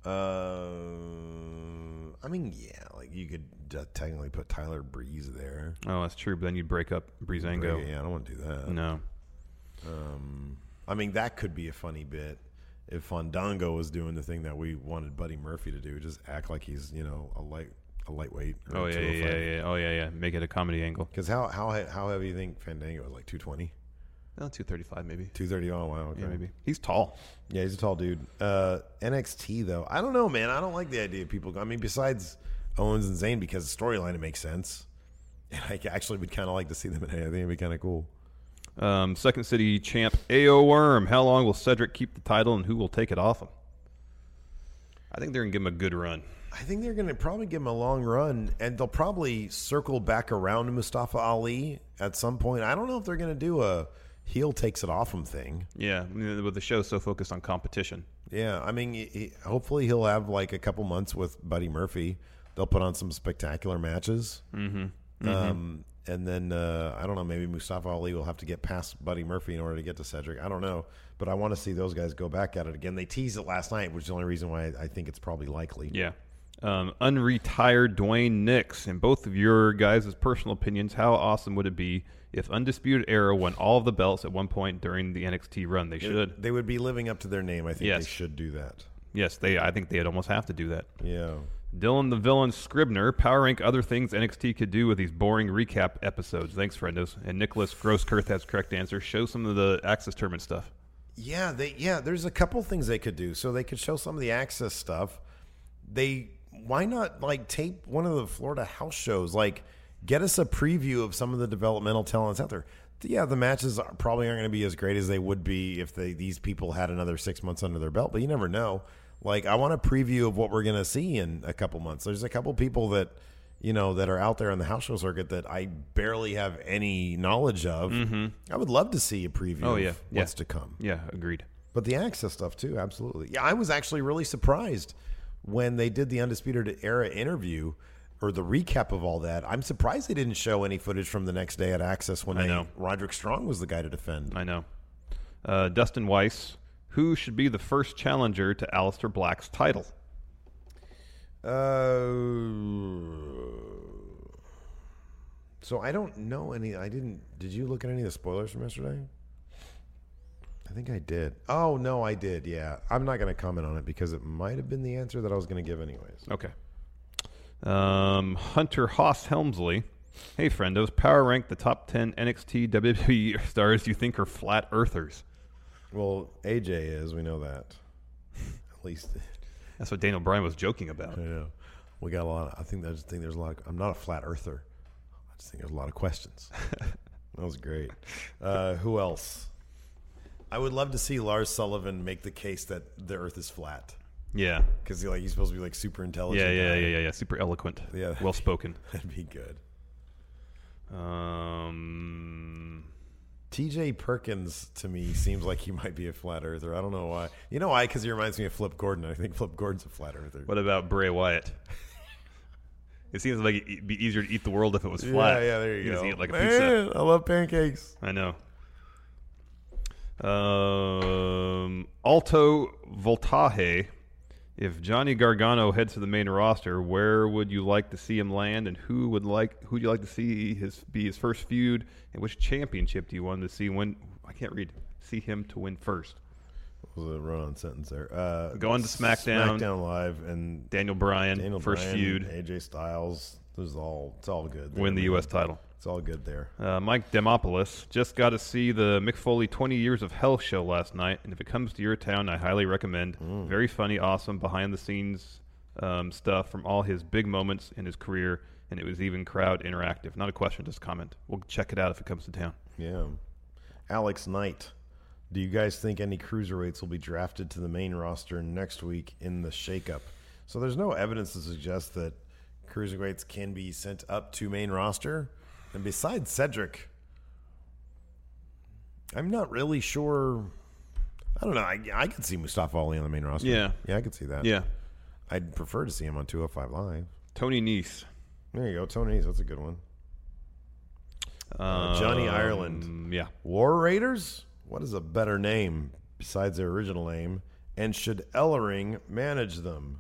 D: Mm-hmm. Uh, I mean, yeah, like you could d- technically put Tyler Breeze there.
E: Oh, that's true. But then you'd break up Breezango.
D: Yeah, I don't want to do that.
E: No.
D: I mean, that could be a funny bit if Fandango was doing the thing that we wanted Buddy Murphy to do, just act like he's you know a light a lightweight. Or
E: Oh yeah, yeah, yeah, yeah. Oh yeah, yeah. Make it a comedy angle.
D: Because how how he- how heavy you think Fandango is? Like 220?
E: No, 235 Oh, maybe.
D: 230? Oh wow, okay.
E: Yeah, maybe. He's tall.
D: Yeah, he's a tall dude. Uh, NXT though, I don't know, man. I don't like the idea of people. go- I mean, besides Owens and Zayn, because the storyline it makes sense, and I actually would kind of like to see them in. it. I think it'd be kind of cool.
E: Um, second city champ AO Worm. How long will Cedric keep the title and who will take it off him? I think they're going to give him a good run.
D: I think they're going to probably give him a long run, and they'll probably circle back around to Mustafa Ali at some point. I don't know if they're going to do a heel takes it off him thing.
E: Yeah, I mean, with the show so focused on competition.
D: Yeah, I mean, he- he, hopefully he'll have like a couple months with Buddy Murphy. They'll put on some spectacular matches, mm-hmm. Um, and then uh, I don't know, maybe Mustafa Ali will have to get past Buddy Murphy in order to get to Cedric. I don't know, but I want to see those guys go back at it again. They teased it last night, which is the only reason why I, I think it's probably likely.
E: Yeah. Um, unretired Dwayne Nix. In both of your guys' personal opinions, how awesome would it be if Undisputed Era won all of the belts at one point during the NXT run? They should.
D: They would be living up to their name. I think
E: Yes.
D: they should do that.
E: Yes, they. I think they'd almost have to do that.
D: Yeah.
E: Dylan the Villain Scribner, power rank other things NXT could do with these boring recap episodes. Thanks, friendos. And Nicholas Grosskirth has correct answer. Show some of the Access Tournament stuff.
D: Yeah, they yeah, there's a couple things they could do. So they could show some of the access stuff. They why not like tape one of the Florida house shows? Like get us a preview of some of the developmental talents out there. Yeah, the matches are, probably aren't going to be as great as they would be if they these people had another 6 months under their belt, but you never know. Like I want a preview of what we're going to see in a couple months. There's a couple people that you know that are out there on the house show circuit that I barely have any knowledge of. I would love to see a preview
E: Mm-hmm. Oh,
D: of
E: yeah. Yeah.
D: what's to come.
E: Yeah, agreed.
D: But the access stuff too, absolutely. Yeah, I was actually really surprised when they did the Undisputed Era interview or the recap of all that. I'm surprised they didn't show any footage from the next day at Access when
E: I
D: they
E: know.
D: Roderick Strong was the guy to defend.
E: I know. Uh, Dustin Weiss, who should be the first challenger to Alistair Black's title?
D: Uh, so I don't know any. I didn't. Did you look at any of the spoilers from yesterday? I think I did. Oh no, I did. Yeah, I'm not going to comment on it because it might have been the answer that I was going to give anyways.
E: Okay. Um, Hunter Haas Helmsley. Hey, friendos, power rank the top 10 NXT WWE E stars you think are flat earthers.
D: Well, AJ is. We know that. At least,
E: That's what Daniel Bryan was joking about.
D: you know, we got a lot. Of, I think I just think there's a lot. Of, I'm not a flat earther. I just think there's a lot of questions. that was great. Uh, who else? I would love to see Lars Sullivan make the case that the Earth is flat
E: Yeah.
D: because like he's supposed to be like super intelligent.
E: Yeah, yeah, yeah, yeah, yeah. Super eloquent.
D: Yeah.
E: Well spoken.
D: That'd be good.
E: Um,
D: TJ Perkins to me seems like he might be a flat earther. I don't know why. You know why? Because he reminds me of Flip Gordon. I think Flip Gordon's a flat earther.
E: what about Bray Wyatt? It seems like it'd be easier to eat the world if it was
D: Yeah,
E: flat.
D: yeah, there you,
E: just
D: go. Eh,
E: eat it like a
D: Man,
E: pizza.
D: I love pancakes.
E: I know. Um, Alto Voltaje. If Johnny Gargano heads to the main roster, where would you like to see him land, and who would like who would you like to see his be his first feud, and which championship do you want to see win? I can't read. See him to win first.
D: was a run on sentence there. Uh,
E: Go on to SmackDown.
D: SmackDown Live, and
E: Daniel Bryan
D: Daniel
E: first
D: Bryan,
E: feud.
D: AJ Styles. This is all. It's all good. there,
E: win the
D: man.
E: U.S. title.
D: It's all good there.
E: Uh, Mike Demopoulos just got to see the Mick Foley 20 Years of Hell show last night, and if it comes to your town, I highly recommend. Very funny, awesome behind the scenes um, stuff from all his big moments in his career, and it was even crowd interactive. Not a question, just a comment. We'll check it out if it comes to town.
D: Yeah. Alex Knight. Do you guys think any cruiserweights will be drafted to the main roster next week in the shakeup? So there's no evidence to suggest that cruiserweights can be sent up to main roster. And besides Cedric, I'm not really sure. I don't know. I, I could see Mustafa Ali on the main roster.
E: Yeah.
D: Yeah, I could see that.
E: Yeah.
D: I'd prefer to see him on 205 Live.
E: Tony Neese.
D: There you go. Tony, that's a good one. Uh, Johnny Ireland.
E: Mm, yeah.
D: War Raiders? What is a better name besides their original name? And should Ellering manage them?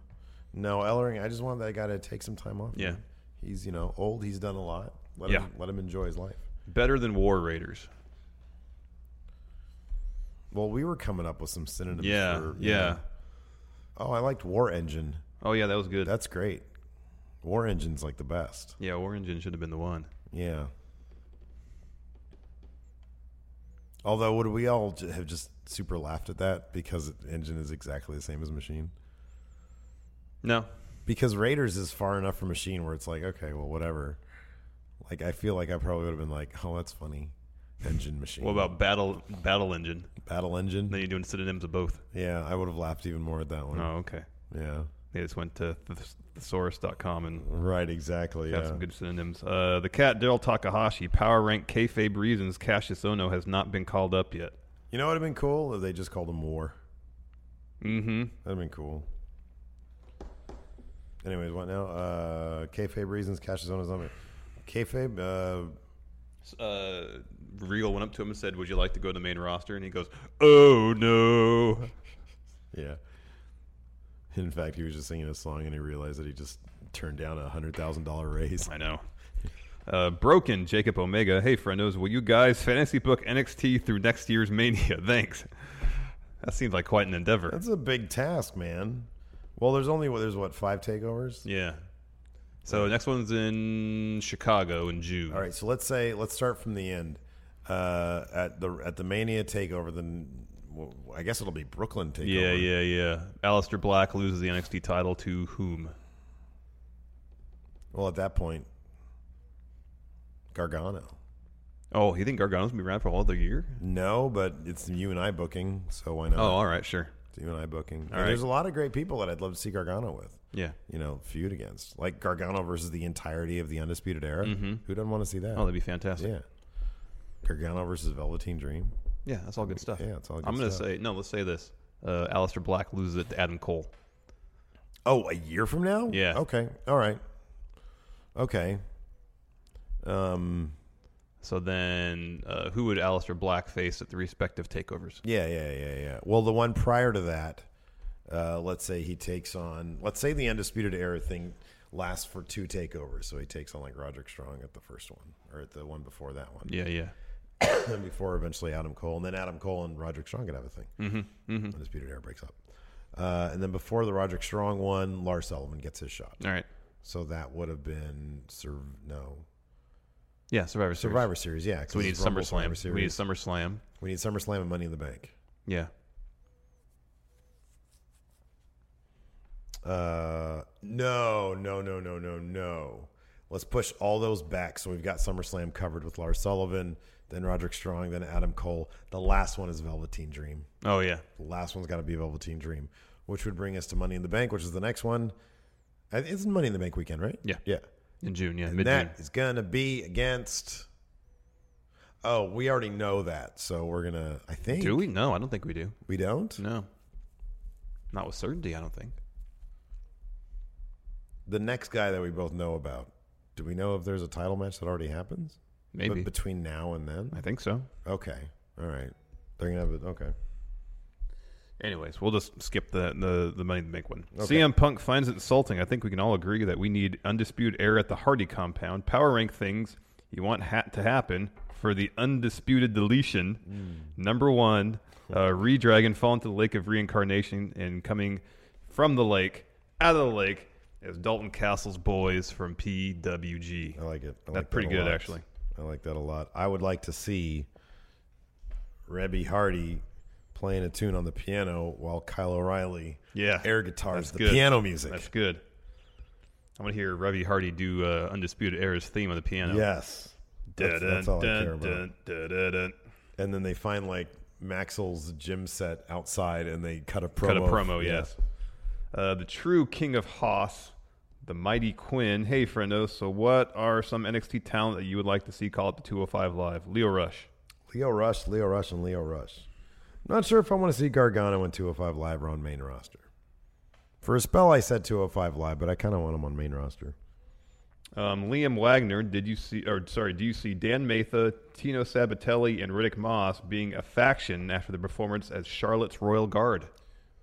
D: No, Ellering, I just want that guy to take some time off.
E: Yeah.
D: He's, you know, old. He's done a lot. Let,
E: Yeah.
D: him, let him enjoy his life.
E: Better than War Raiders.
D: Well, we were coming up with some synonyms.
E: Yeah.
D: for, you
E: yeah.
D: know- oh, I liked War Engine.
E: Oh, yeah, that was good.
D: That's great. War Engine's like the best.
E: yeah, War Engine should have been the one.
D: Yeah. Although, would we all j- have just super laughed at that because engine is exactly the same as machine?
E: No.
D: Because Raiders is far enough from machine where it's like, okay, well, whatever. Like, I feel like I probably would have been like, oh, that's funny. Engine machine.
E: What about Battle Battle Engine?
D: Battle Engine?
E: Then you're doing synonyms of both.
D: yeah, I would have laughed even more at that one.
E: Oh, okay.
D: Yeah.
E: They just went to thes- thesaurus.com and
D: Right, exactly.
E: got
D: yeah.
E: some good synonyms. Uh, the cat, Daryl Takahashi, power rank kayfabe reasons Cassius Ono has not been called up yet.
D: You know what would have been cool if they just called him War.
E: Mm-hmm.
D: That would have been cool. Anyways, what now? Uh, kayfabe reasons, cash is on his own. Kayfabe, uh,
E: Uh, Regal went up to him and said, "Would you like to go to the main roster?" And he goes, "Oh no!"
D: yeah. In fact, he was just singing a song and he realized that he just turned down a hundred thousand dollar raise.
E: I know. Uh, broken Jacob Omega. Hey, friendos, will you guys fantasy book NXT through next year's Mania? Thanks. That seems like quite an endeavor.
D: That's a big task, man. Well, there's only what there's what five takeovers.
E: yeah. So next one's in Chicago in June.
D: All right, so let's say let's start from the end. Uh, at the at the Mania takeover, then well, I guess it'll be Brooklyn takeover.
E: Yeah, yeah, yeah. Alistair Black loses the NXT title to whom?
D: Well, at that point, Gargano.
E: Oh, you think Gargano's gonna be around for all the year?
D: No, but it's you and I booking, so why not?
E: Oh, all right, sure.
D: It's you and I booking. And
E: All right.
D: There's a lot of great people that I'd love to see Gargano with.
E: Yeah.
D: You know, feud against like Gargano versus the entirety of the Undisputed Era.
E: Mm-hmm.
D: Who doesn't want to see that?
E: Oh, that'd be fantastic.
D: yeah. Gargano versus Velveteen Dream.
E: Yeah, that's all good stuff.
D: Yeah, it's all good
E: I'm gonna
D: stuff.
E: say no. Let's say this: uh, Alistair Black loses it to Adam Cole.
D: Oh, a year from now?
E: Yeah.
D: Okay. All right. Okay. Um.
E: So then, uh, who would Alistair Black face at the respective takeovers?
D: Yeah. Yeah. Yeah. Yeah. Well, the one prior to that, uh, let's say he takes on, let's say the Undisputed Era thing lasts for two takeovers, so he takes on like Roderick Strong at the first one, or at the one before that one.
E: Yeah, yeah.
D: them before eventually Adam Cole, and then Adam Cole and Roderick Strong could have a thing. Mm-hmm. Mm-hmm. Undisputed Era breaks up, uh, and then before the Roderick Strong one, Lars Sullivan gets his shot.
E: All right.
D: So that would have been sur- no
E: Yeah, Survivor Series.
D: Survivor Series, yeah. 'cause
E: So we need
D: it's Rumble, Survivor
E: SummerSlam. We need
D: Series.
E: SummerSlam.
D: We need SummerSlam and Money in the Bank.
E: Yeah.
D: Uh, no, no, no, no, no, no. Let's push all those back. So we've got SummerSlam covered with Lars Sullivan, then Roderick Strong, then Adam Cole. The last one is Velveteen Dream.
E: Oh yeah.
D: The last one's got to be Velveteen Dream, which would bring us to Money in the Bank, which is the next one. I- It's Money in the Bank weekend, right?
E: Yeah.
D: Yeah.
E: In June. Yeah.
D: And
E: Mid June.
D: that is going to be against. Oh, we already know that. So we're going to, I think.
E: Do we? No, I don't think we do.
D: We don't?
E: No. Not with certainty, I don't think.
D: The next guy that we both know about. Do we know if there's a title match that already happens?
E: Maybe.
D: But between now and
E: I
D: then?
E: think so.
D: Okay. All right. They're going to have it. Okay.
E: Anyways, we'll just skip the the, the Money in the Bank one. CM Punk finds it insulting. I think we can all agree that we need undisputed air at the Hardy compound. Power rank things you want hat to happen for the undisputed deletion.
D: Hmm.
E: Number one, uh, Redragon fall into the lake of reincarnation and coming from the lake, out of the lake, is Dalton Castle's boys from PWG.
D: I like it. I
E: That's
D: like
E: pretty
D: that a
E: good,
D: lot.
E: actually.
D: I like that a lot. I would like to see Rebby Hardy playing a tune on the piano while Kyle O'Reilly
E: Yeah,
D: air guitars
E: that's
D: the
E: good.
D: piano music.
E: That's good. I want to hear Revy Hardy do uh, Undisputed Era's theme on the piano.
D: Yes. That's, that's all I care about.
E: dun, dun, dun, dun.
D: And then they find like Maxwell's gym set outside, and they cut a promo.
E: Cut a promo,
D: Yeah.
E: yes. Uh, the true king of Hoss, the mighty Quinn. Hey, friendo, so what are some NXT talent that you would like to see call up to 205 Live? Leo Rush.
D: Leo Rush, Leo Rush, and Leo Rush. I'm not sure if I want to see Gargano and 205 Live or on main roster. For a spell, I said 205 Live, but I kind of want him on main roster.
E: Um, Liam Wagner, did you see, or sorry, do you see Dan Matha, Tino Sabatelli, and Riddick Moss being a faction after the performance as Charlotte's Royal Guard?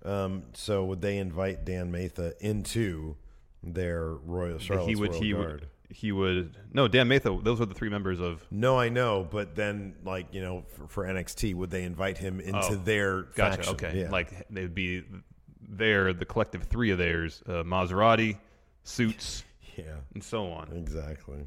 D: Um, so would they invite Dan Matha into their Royal Charlotte's
E: he would,
D: Royal
E: he
D: Guard?
E: would, he would, no, Dan Matha, those were the three members of,
D: No, I know, but then like you know, for, for NXT, would they invite him into
E: Oh,
D: their
E: gotcha,
D: faction?
E: okay.
D: Yeah.
E: Like, they would be there, the collective three of theirs, uh, Maserati, Suits,
D: yeah,
E: and so on.
D: exactly.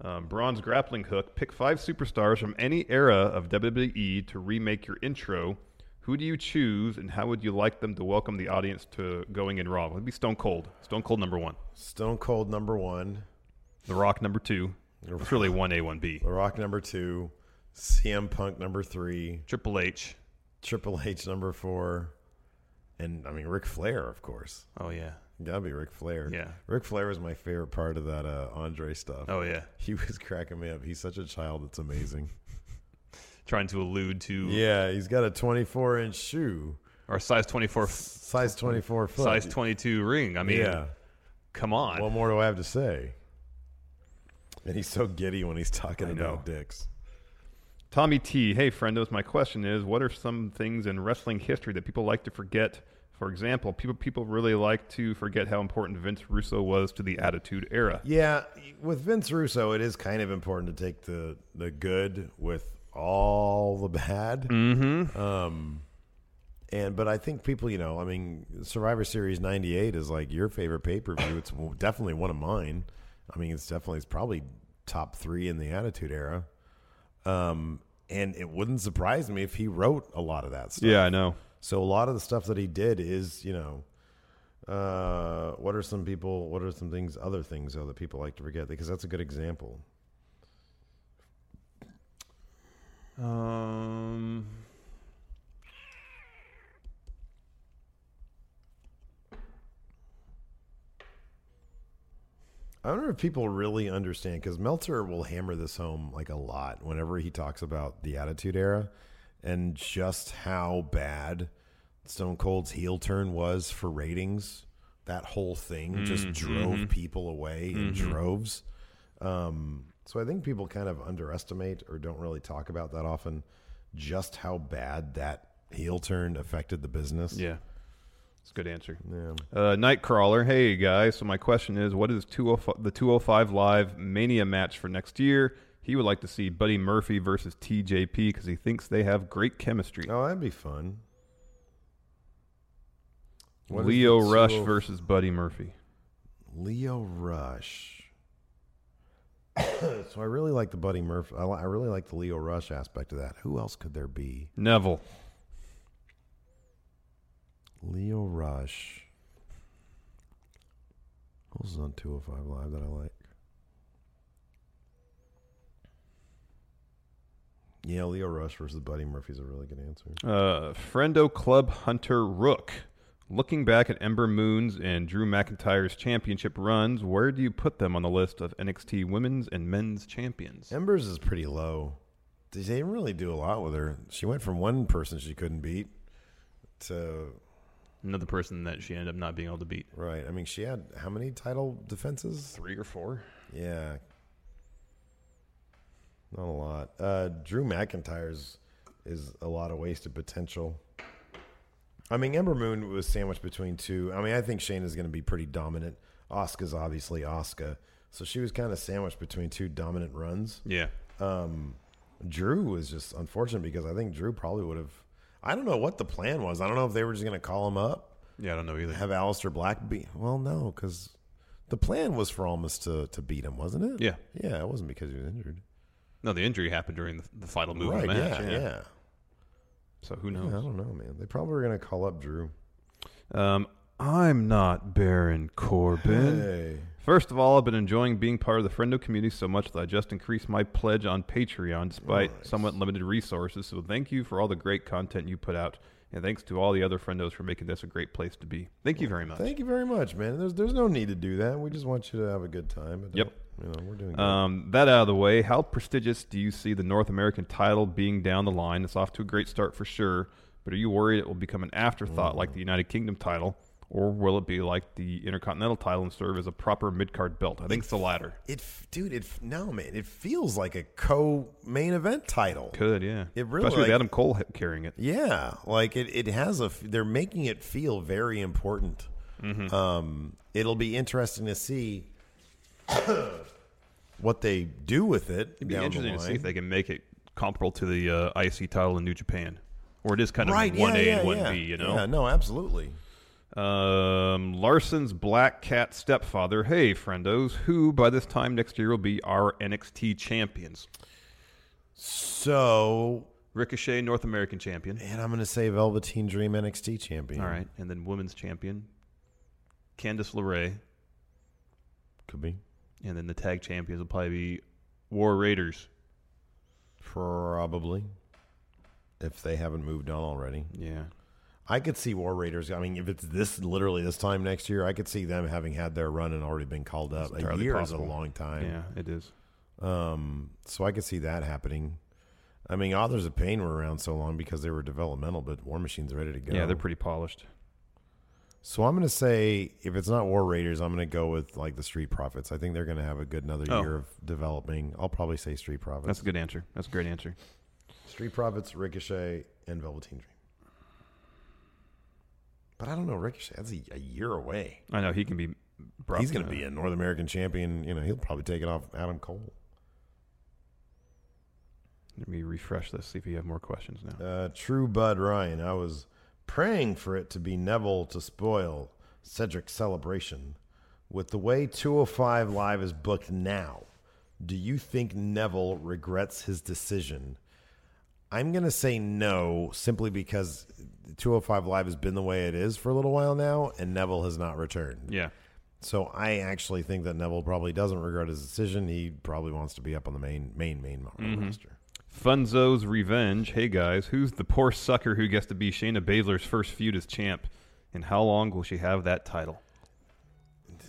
E: um, bronze grappling hook. Pick five superstars from any era of WWE to remake your intro. Who do you choose, and how would you like them to welcome the audience to going in Raw? It'd be Stone Cold. Stone Cold number one.
D: Stone Cold number one,
E: The Rock number two. It's really one A, one B.
D: The Rock number two, CM Punk number three,
E: Triple H.
D: Triple H number four, and I mean Ric Flair, of course.
E: Oh yeah.
D: Gotta be Ric Flair.
E: Yeah.
D: Ric Flair was my favorite part of that uh, Andre stuff.
E: Oh yeah.
D: He was cracking me up. He's such a child. It's amazing.
E: Trying to allude to
D: yeah, he's got a 24 inch shoe,
E: our size twenty four, size
D: size 24 foot.
E: twenty two ring. I mean,
D: yeah.
E: come on.
D: What more do I have to say? And he's so giddy when he's talking
E: I
D: about
E: know.
D: dicks.
E: Tommy T, hey friendos, my question is, what are some things in wrestling history that people like to forget? For example, people people really like to forget how important Vince Russo was to the Attitude Era.
D: Yeah, with Vince Russo, it is kind of important to take the the good with all the bad. Mm-hmm. Um, and but I think people, you know, I mean, Survivor Series '98 is like your favorite pay per view. It's definitely one of mine. I mean, it's definitely it's probably top three in the Attitude Era. Um, and it wouldn't surprise me if he wrote a lot of that stuff.
E: I know.
D: So a lot of the stuff that he did is, you know, uh, what are some people? What are some things? Other things though that people like to forget because that's a good example.
E: Um,
D: I wonder if people really understand because Meltzer will hammer this home like a lot whenever he talks about the Attitude Era and just how bad Stone Cold's heel turn was for ratings. That whole thing
E: Mm,
D: just
E: mm-hmm.
D: drove people away in droves. Um, so I think people kind of underestimate or don't really talk about that often just how bad that heel turn affected the business.
E: yeah, it's a good answer. Yeah. Uh, Nightcrawler, hey guys. So my question is, what is 205, the 205 Live Mania match for next year? He would like to see Buddy Murphy versus TJP because he thinks they have great chemistry.
D: Oh, that'd be fun. What is Oh.
E: Leo
D: the
E: Rush
D: 205
E: versus Buddy Murphy.
D: Leo Rush. so I really like the Buddy Murphy. I, li- I really like the Leo Rush aspect of that. Who else could there be?
E: Neville.
D: Leo Rush. Who's on 205 Live that I like? Yeah, Leo Rush versus Buddy Murphy is a really good answer.
E: Uh, Friendo Club Hunter Rook. Looking back at Ember Moon's and Drew McIntyre's championship runs, where do you put them on the list of NXT women's and men's champions?
D: Embers is pretty low. They didn't really do a lot with her. She went from one person she couldn't beat to
E: Another person that she ended up not being able to beat.
D: right. I mean, she had how many title defenses?
E: Three or four?
D: Yeah. Not a lot. Uh, Drew McIntyre's is a lot of wasted potential. I mean, Ember Moon was sandwiched between two. I mean, I think Shane is going to be pretty dominant. Oscar's obviously Oscar, so she was kind of sandwiched between two dominant runs.
E: Yeah.
D: Drew was just unfortunate because I think Drew probably would have. I don't know what the plan was. I don't know if they were just going to call him up,
E: Yeah, I don't know either.
D: have Alistair Black beat. Well, no, because the plan was for Almas to to beat him, wasn't it?
E: Yeah.
D: yeah. It wasn't because he was injured.
E: No, the injury happened during the, the final move
D: right?
E: of the match.
D: yeah, yeah.
E: So who
D: Yeah, I
E: knows?
D: don't know, man. They probably were going to call up Drew.
E: Um, I'm not Baron Corbin.
D: Hey,
E: First of all, I've been enjoying being part of the Friendo community so much that I just increased my pledge on Patreon despite somewhat limited resources. So thank you for all the great content you put out. And thanks to all the other friendos for making this a great place to be. Thank you very much.
D: Thank you very much, man. There's there's no need to do that. We just want you to have a good time.
E: Yep.
D: You know, we're doing good.
E: Um, that out of the way, how prestigious do you see the North American title being down the line? It's off to a great start for sure, but are you worried it will become an afterthought like the
D: Mm.
E: United Kingdom title, or will it be like the Intercontinental title and serve as a proper mid card belt? I think it's the latter.
D: It, f- dude, it f- no, man. It feels like a co-main event title.
E: Could, yeah.
D: It really,
E: Especially
D: like-
E: with Adam Cole ha- carrying it.
D: Yeah, like it, it has a. f- They're making it feel very important.
E: Mm-hmm.
D: Um, it'll be interesting to see what they do with it.
E: It'd be
D: down the
E: interesting to see
D: line.
E: if they can make it comparable to the uh, IC title in New Japan. Or it is kind of
D: right.
E: 1A
D: yeah, yeah,
E: and 1B,
D: yeah.
E: you know?
D: Yeah, no, absolutely.
E: Um, Larson's Black Cat stepfather. Hey, friendos, who by this time next year will be our NXT champions?
D: So,
E: Ricochet, North American champion.
D: and I'm going to say Velveteen Dream NXT champion.
E: All right, and then women's champion, Candice LeRae,
D: could be
E: and then the tag champions will probably be War Raiders.
D: probably if they haven't moved on already.
E: Yeah,
D: I could see War Raiders. I mean, if it's this literally this time next year, I could see them having had their run and already been called up. A
E: entirely
D: year
E: possible.
D: is a long time.
E: yeah, it is.
D: Um, so I could see that happening. I mean, Authors of Pain were around so long because they were developmental, but War Machine's ready to go.
E: Yeah, they're pretty polished.
D: so I'm going to say if it's not War Raiders, I'm going to go with like the Street Profits. I think they're going to have a good another
E: Oh.
D: year of developing. I'll probably say Street Profits.
E: That's a good answer. That's a great answer.
D: Street Profits, Ricochet, and Velveteen Dream. But I don't know Ricochet. That's a, a year away.
E: I know he can be. Brought,
D: He's going
E: uh,
D: to be a North American champion. You know, he'll probably take it off Adam Cole.
E: Let me refresh this. See if you have more questions now.
D: Uh, true Bud Ryan. I was praying for it to be Neville to spoil Cedric's celebration. With the way 205 Live is booked now, do you think Neville regrets his decision? I'm going to say no, simply because 205 Live has been the way it is for a little while now, and Neville has not returned.
E: Yeah,
D: So I actually think that Neville probably doesn't regret his decision. He probably wants to be up on the main main main roster.
E: Funzo's Revenge. Hey guys, who's the poor sucker who gets to be Shayna Baszler's first feud as champ? And how long will she have that title?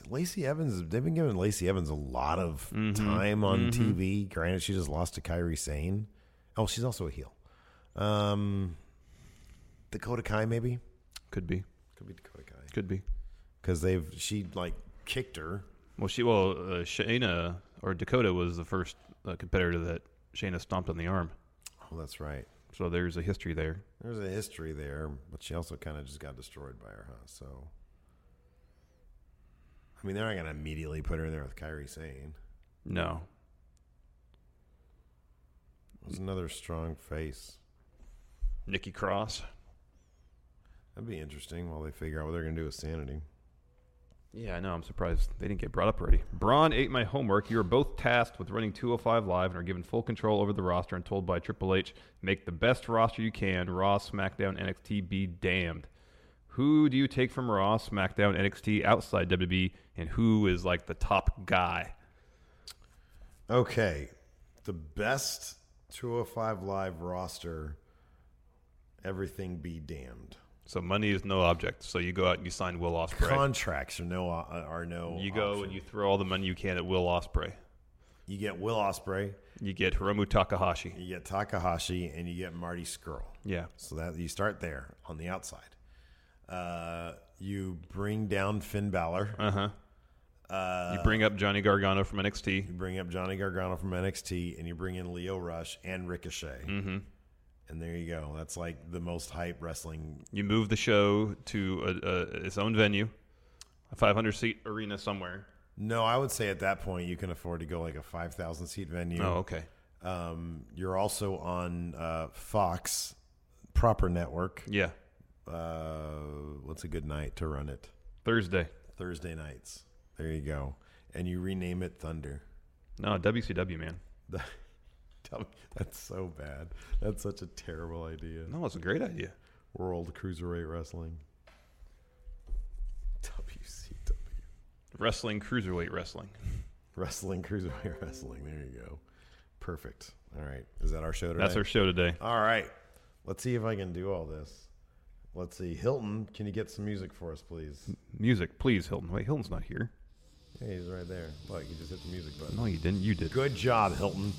D: Lacey Evans, they've been giving Lacey Evans a lot of time on TV. Granted, she just lost to Kyrie Sane. Oh, she's also a heel. Um, Dakota Kai maybe
E: Could be.
D: could be Dakota Kai
E: Could be.
D: because they've she like kicked her.
E: Well, she well uh, Shayna or Dakota was the first uh, competitor that Shayna stomped on the arm.
D: Oh, that's right.
E: So there's a history there.
D: There's a history there, but she also kind of just got destroyed by her, huh? So, I mean, they're not gonna immediately put her in there with Kyrie Sane.
E: No,
D: There's another strong face.
E: Nikki Cross.
D: That'd be interesting while they figure out what they're gonna do with Sanity.
E: Yeah, I know. I'm surprised they didn't get brought up already. Braun ate my homework. You are both tasked with running 205 Live and are given full control over the roster and told by Triple H, make the best roster you can. Raw, SmackDown, NXT, be damned. Who do you take from Raw, SmackDown, NXT outside WWE, and who is like the top guy?
D: Okay, the best 205 live roster. Everything be damned.
E: So money is no object. So you go out and you sign Will Ospreay.
D: Contracts are no uh, are no.
E: You go
D: option.
E: and you throw all the money you can at Will Osprey.
D: you get Will Osprey,
E: You get Hiromu Takahashi.
D: you get Takahashi, and you get Marty Skrull.
E: Yeah.
D: So that you start there on the outside. Uh, you bring down Finn Balor.
E: Uh huh. you bring up Johnny Gargano from NXT.
D: You bring up Johnny Gargano from NXT, and you bring in Leo Rush and Ricochet. Mm-hmm. And there you go. That's like the most hype wrestling.
E: You move the show to a, a, its own venue, a 500 seat arena somewhere.
D: No, I would say at that point you can afford to go like a five thousand seat venue.
E: Oh, okay.
D: Um, you're also on uh, Fox proper network.
E: Yeah.
D: Uh, what's a good night to run it?
E: Thursday.
D: Thursday nights. There you go. And you rename it Thunder.
E: No, WCW, man.
D: The- Tell me- That's so bad. That's such a terrible idea.
E: No, it's a great idea.
D: World Cruiserweight Wrestling. WCW.
E: Wrestling, cruiserweight wrestling.
D: Wrestling, cruiserweight wrestling. There you go. Perfect. All right. Is that our show today?
E: That's our show today.
D: All right. Let's see if I can do all this. Let's see. Hilton, can you get some music for us, please?
E: Music, please, Hilton. Wait, Hilton's not here.
D: Hey, he's right there. Look, you just hit the music button.
E: No, you didn't. You did.
D: Good job, Hilton.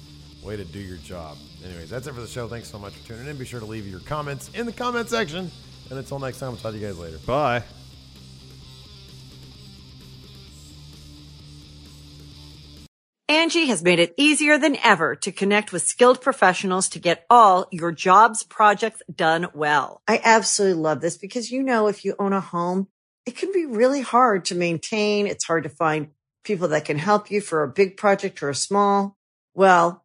D: Way to do your job. Anyways, that's it for the show. Thanks so much for tuning in. Be sure to leave your comments in the comment section. And until next time, we'll talk to you guys later.
E: Bye.
F: Angie has made it easier than ever to connect with skilled professionals to get all your jobs projects done well. I absolutely love this because, you know, if you own a home, it can be really hard to maintain. It's hard to find people that can help you for a big project or a small. Well,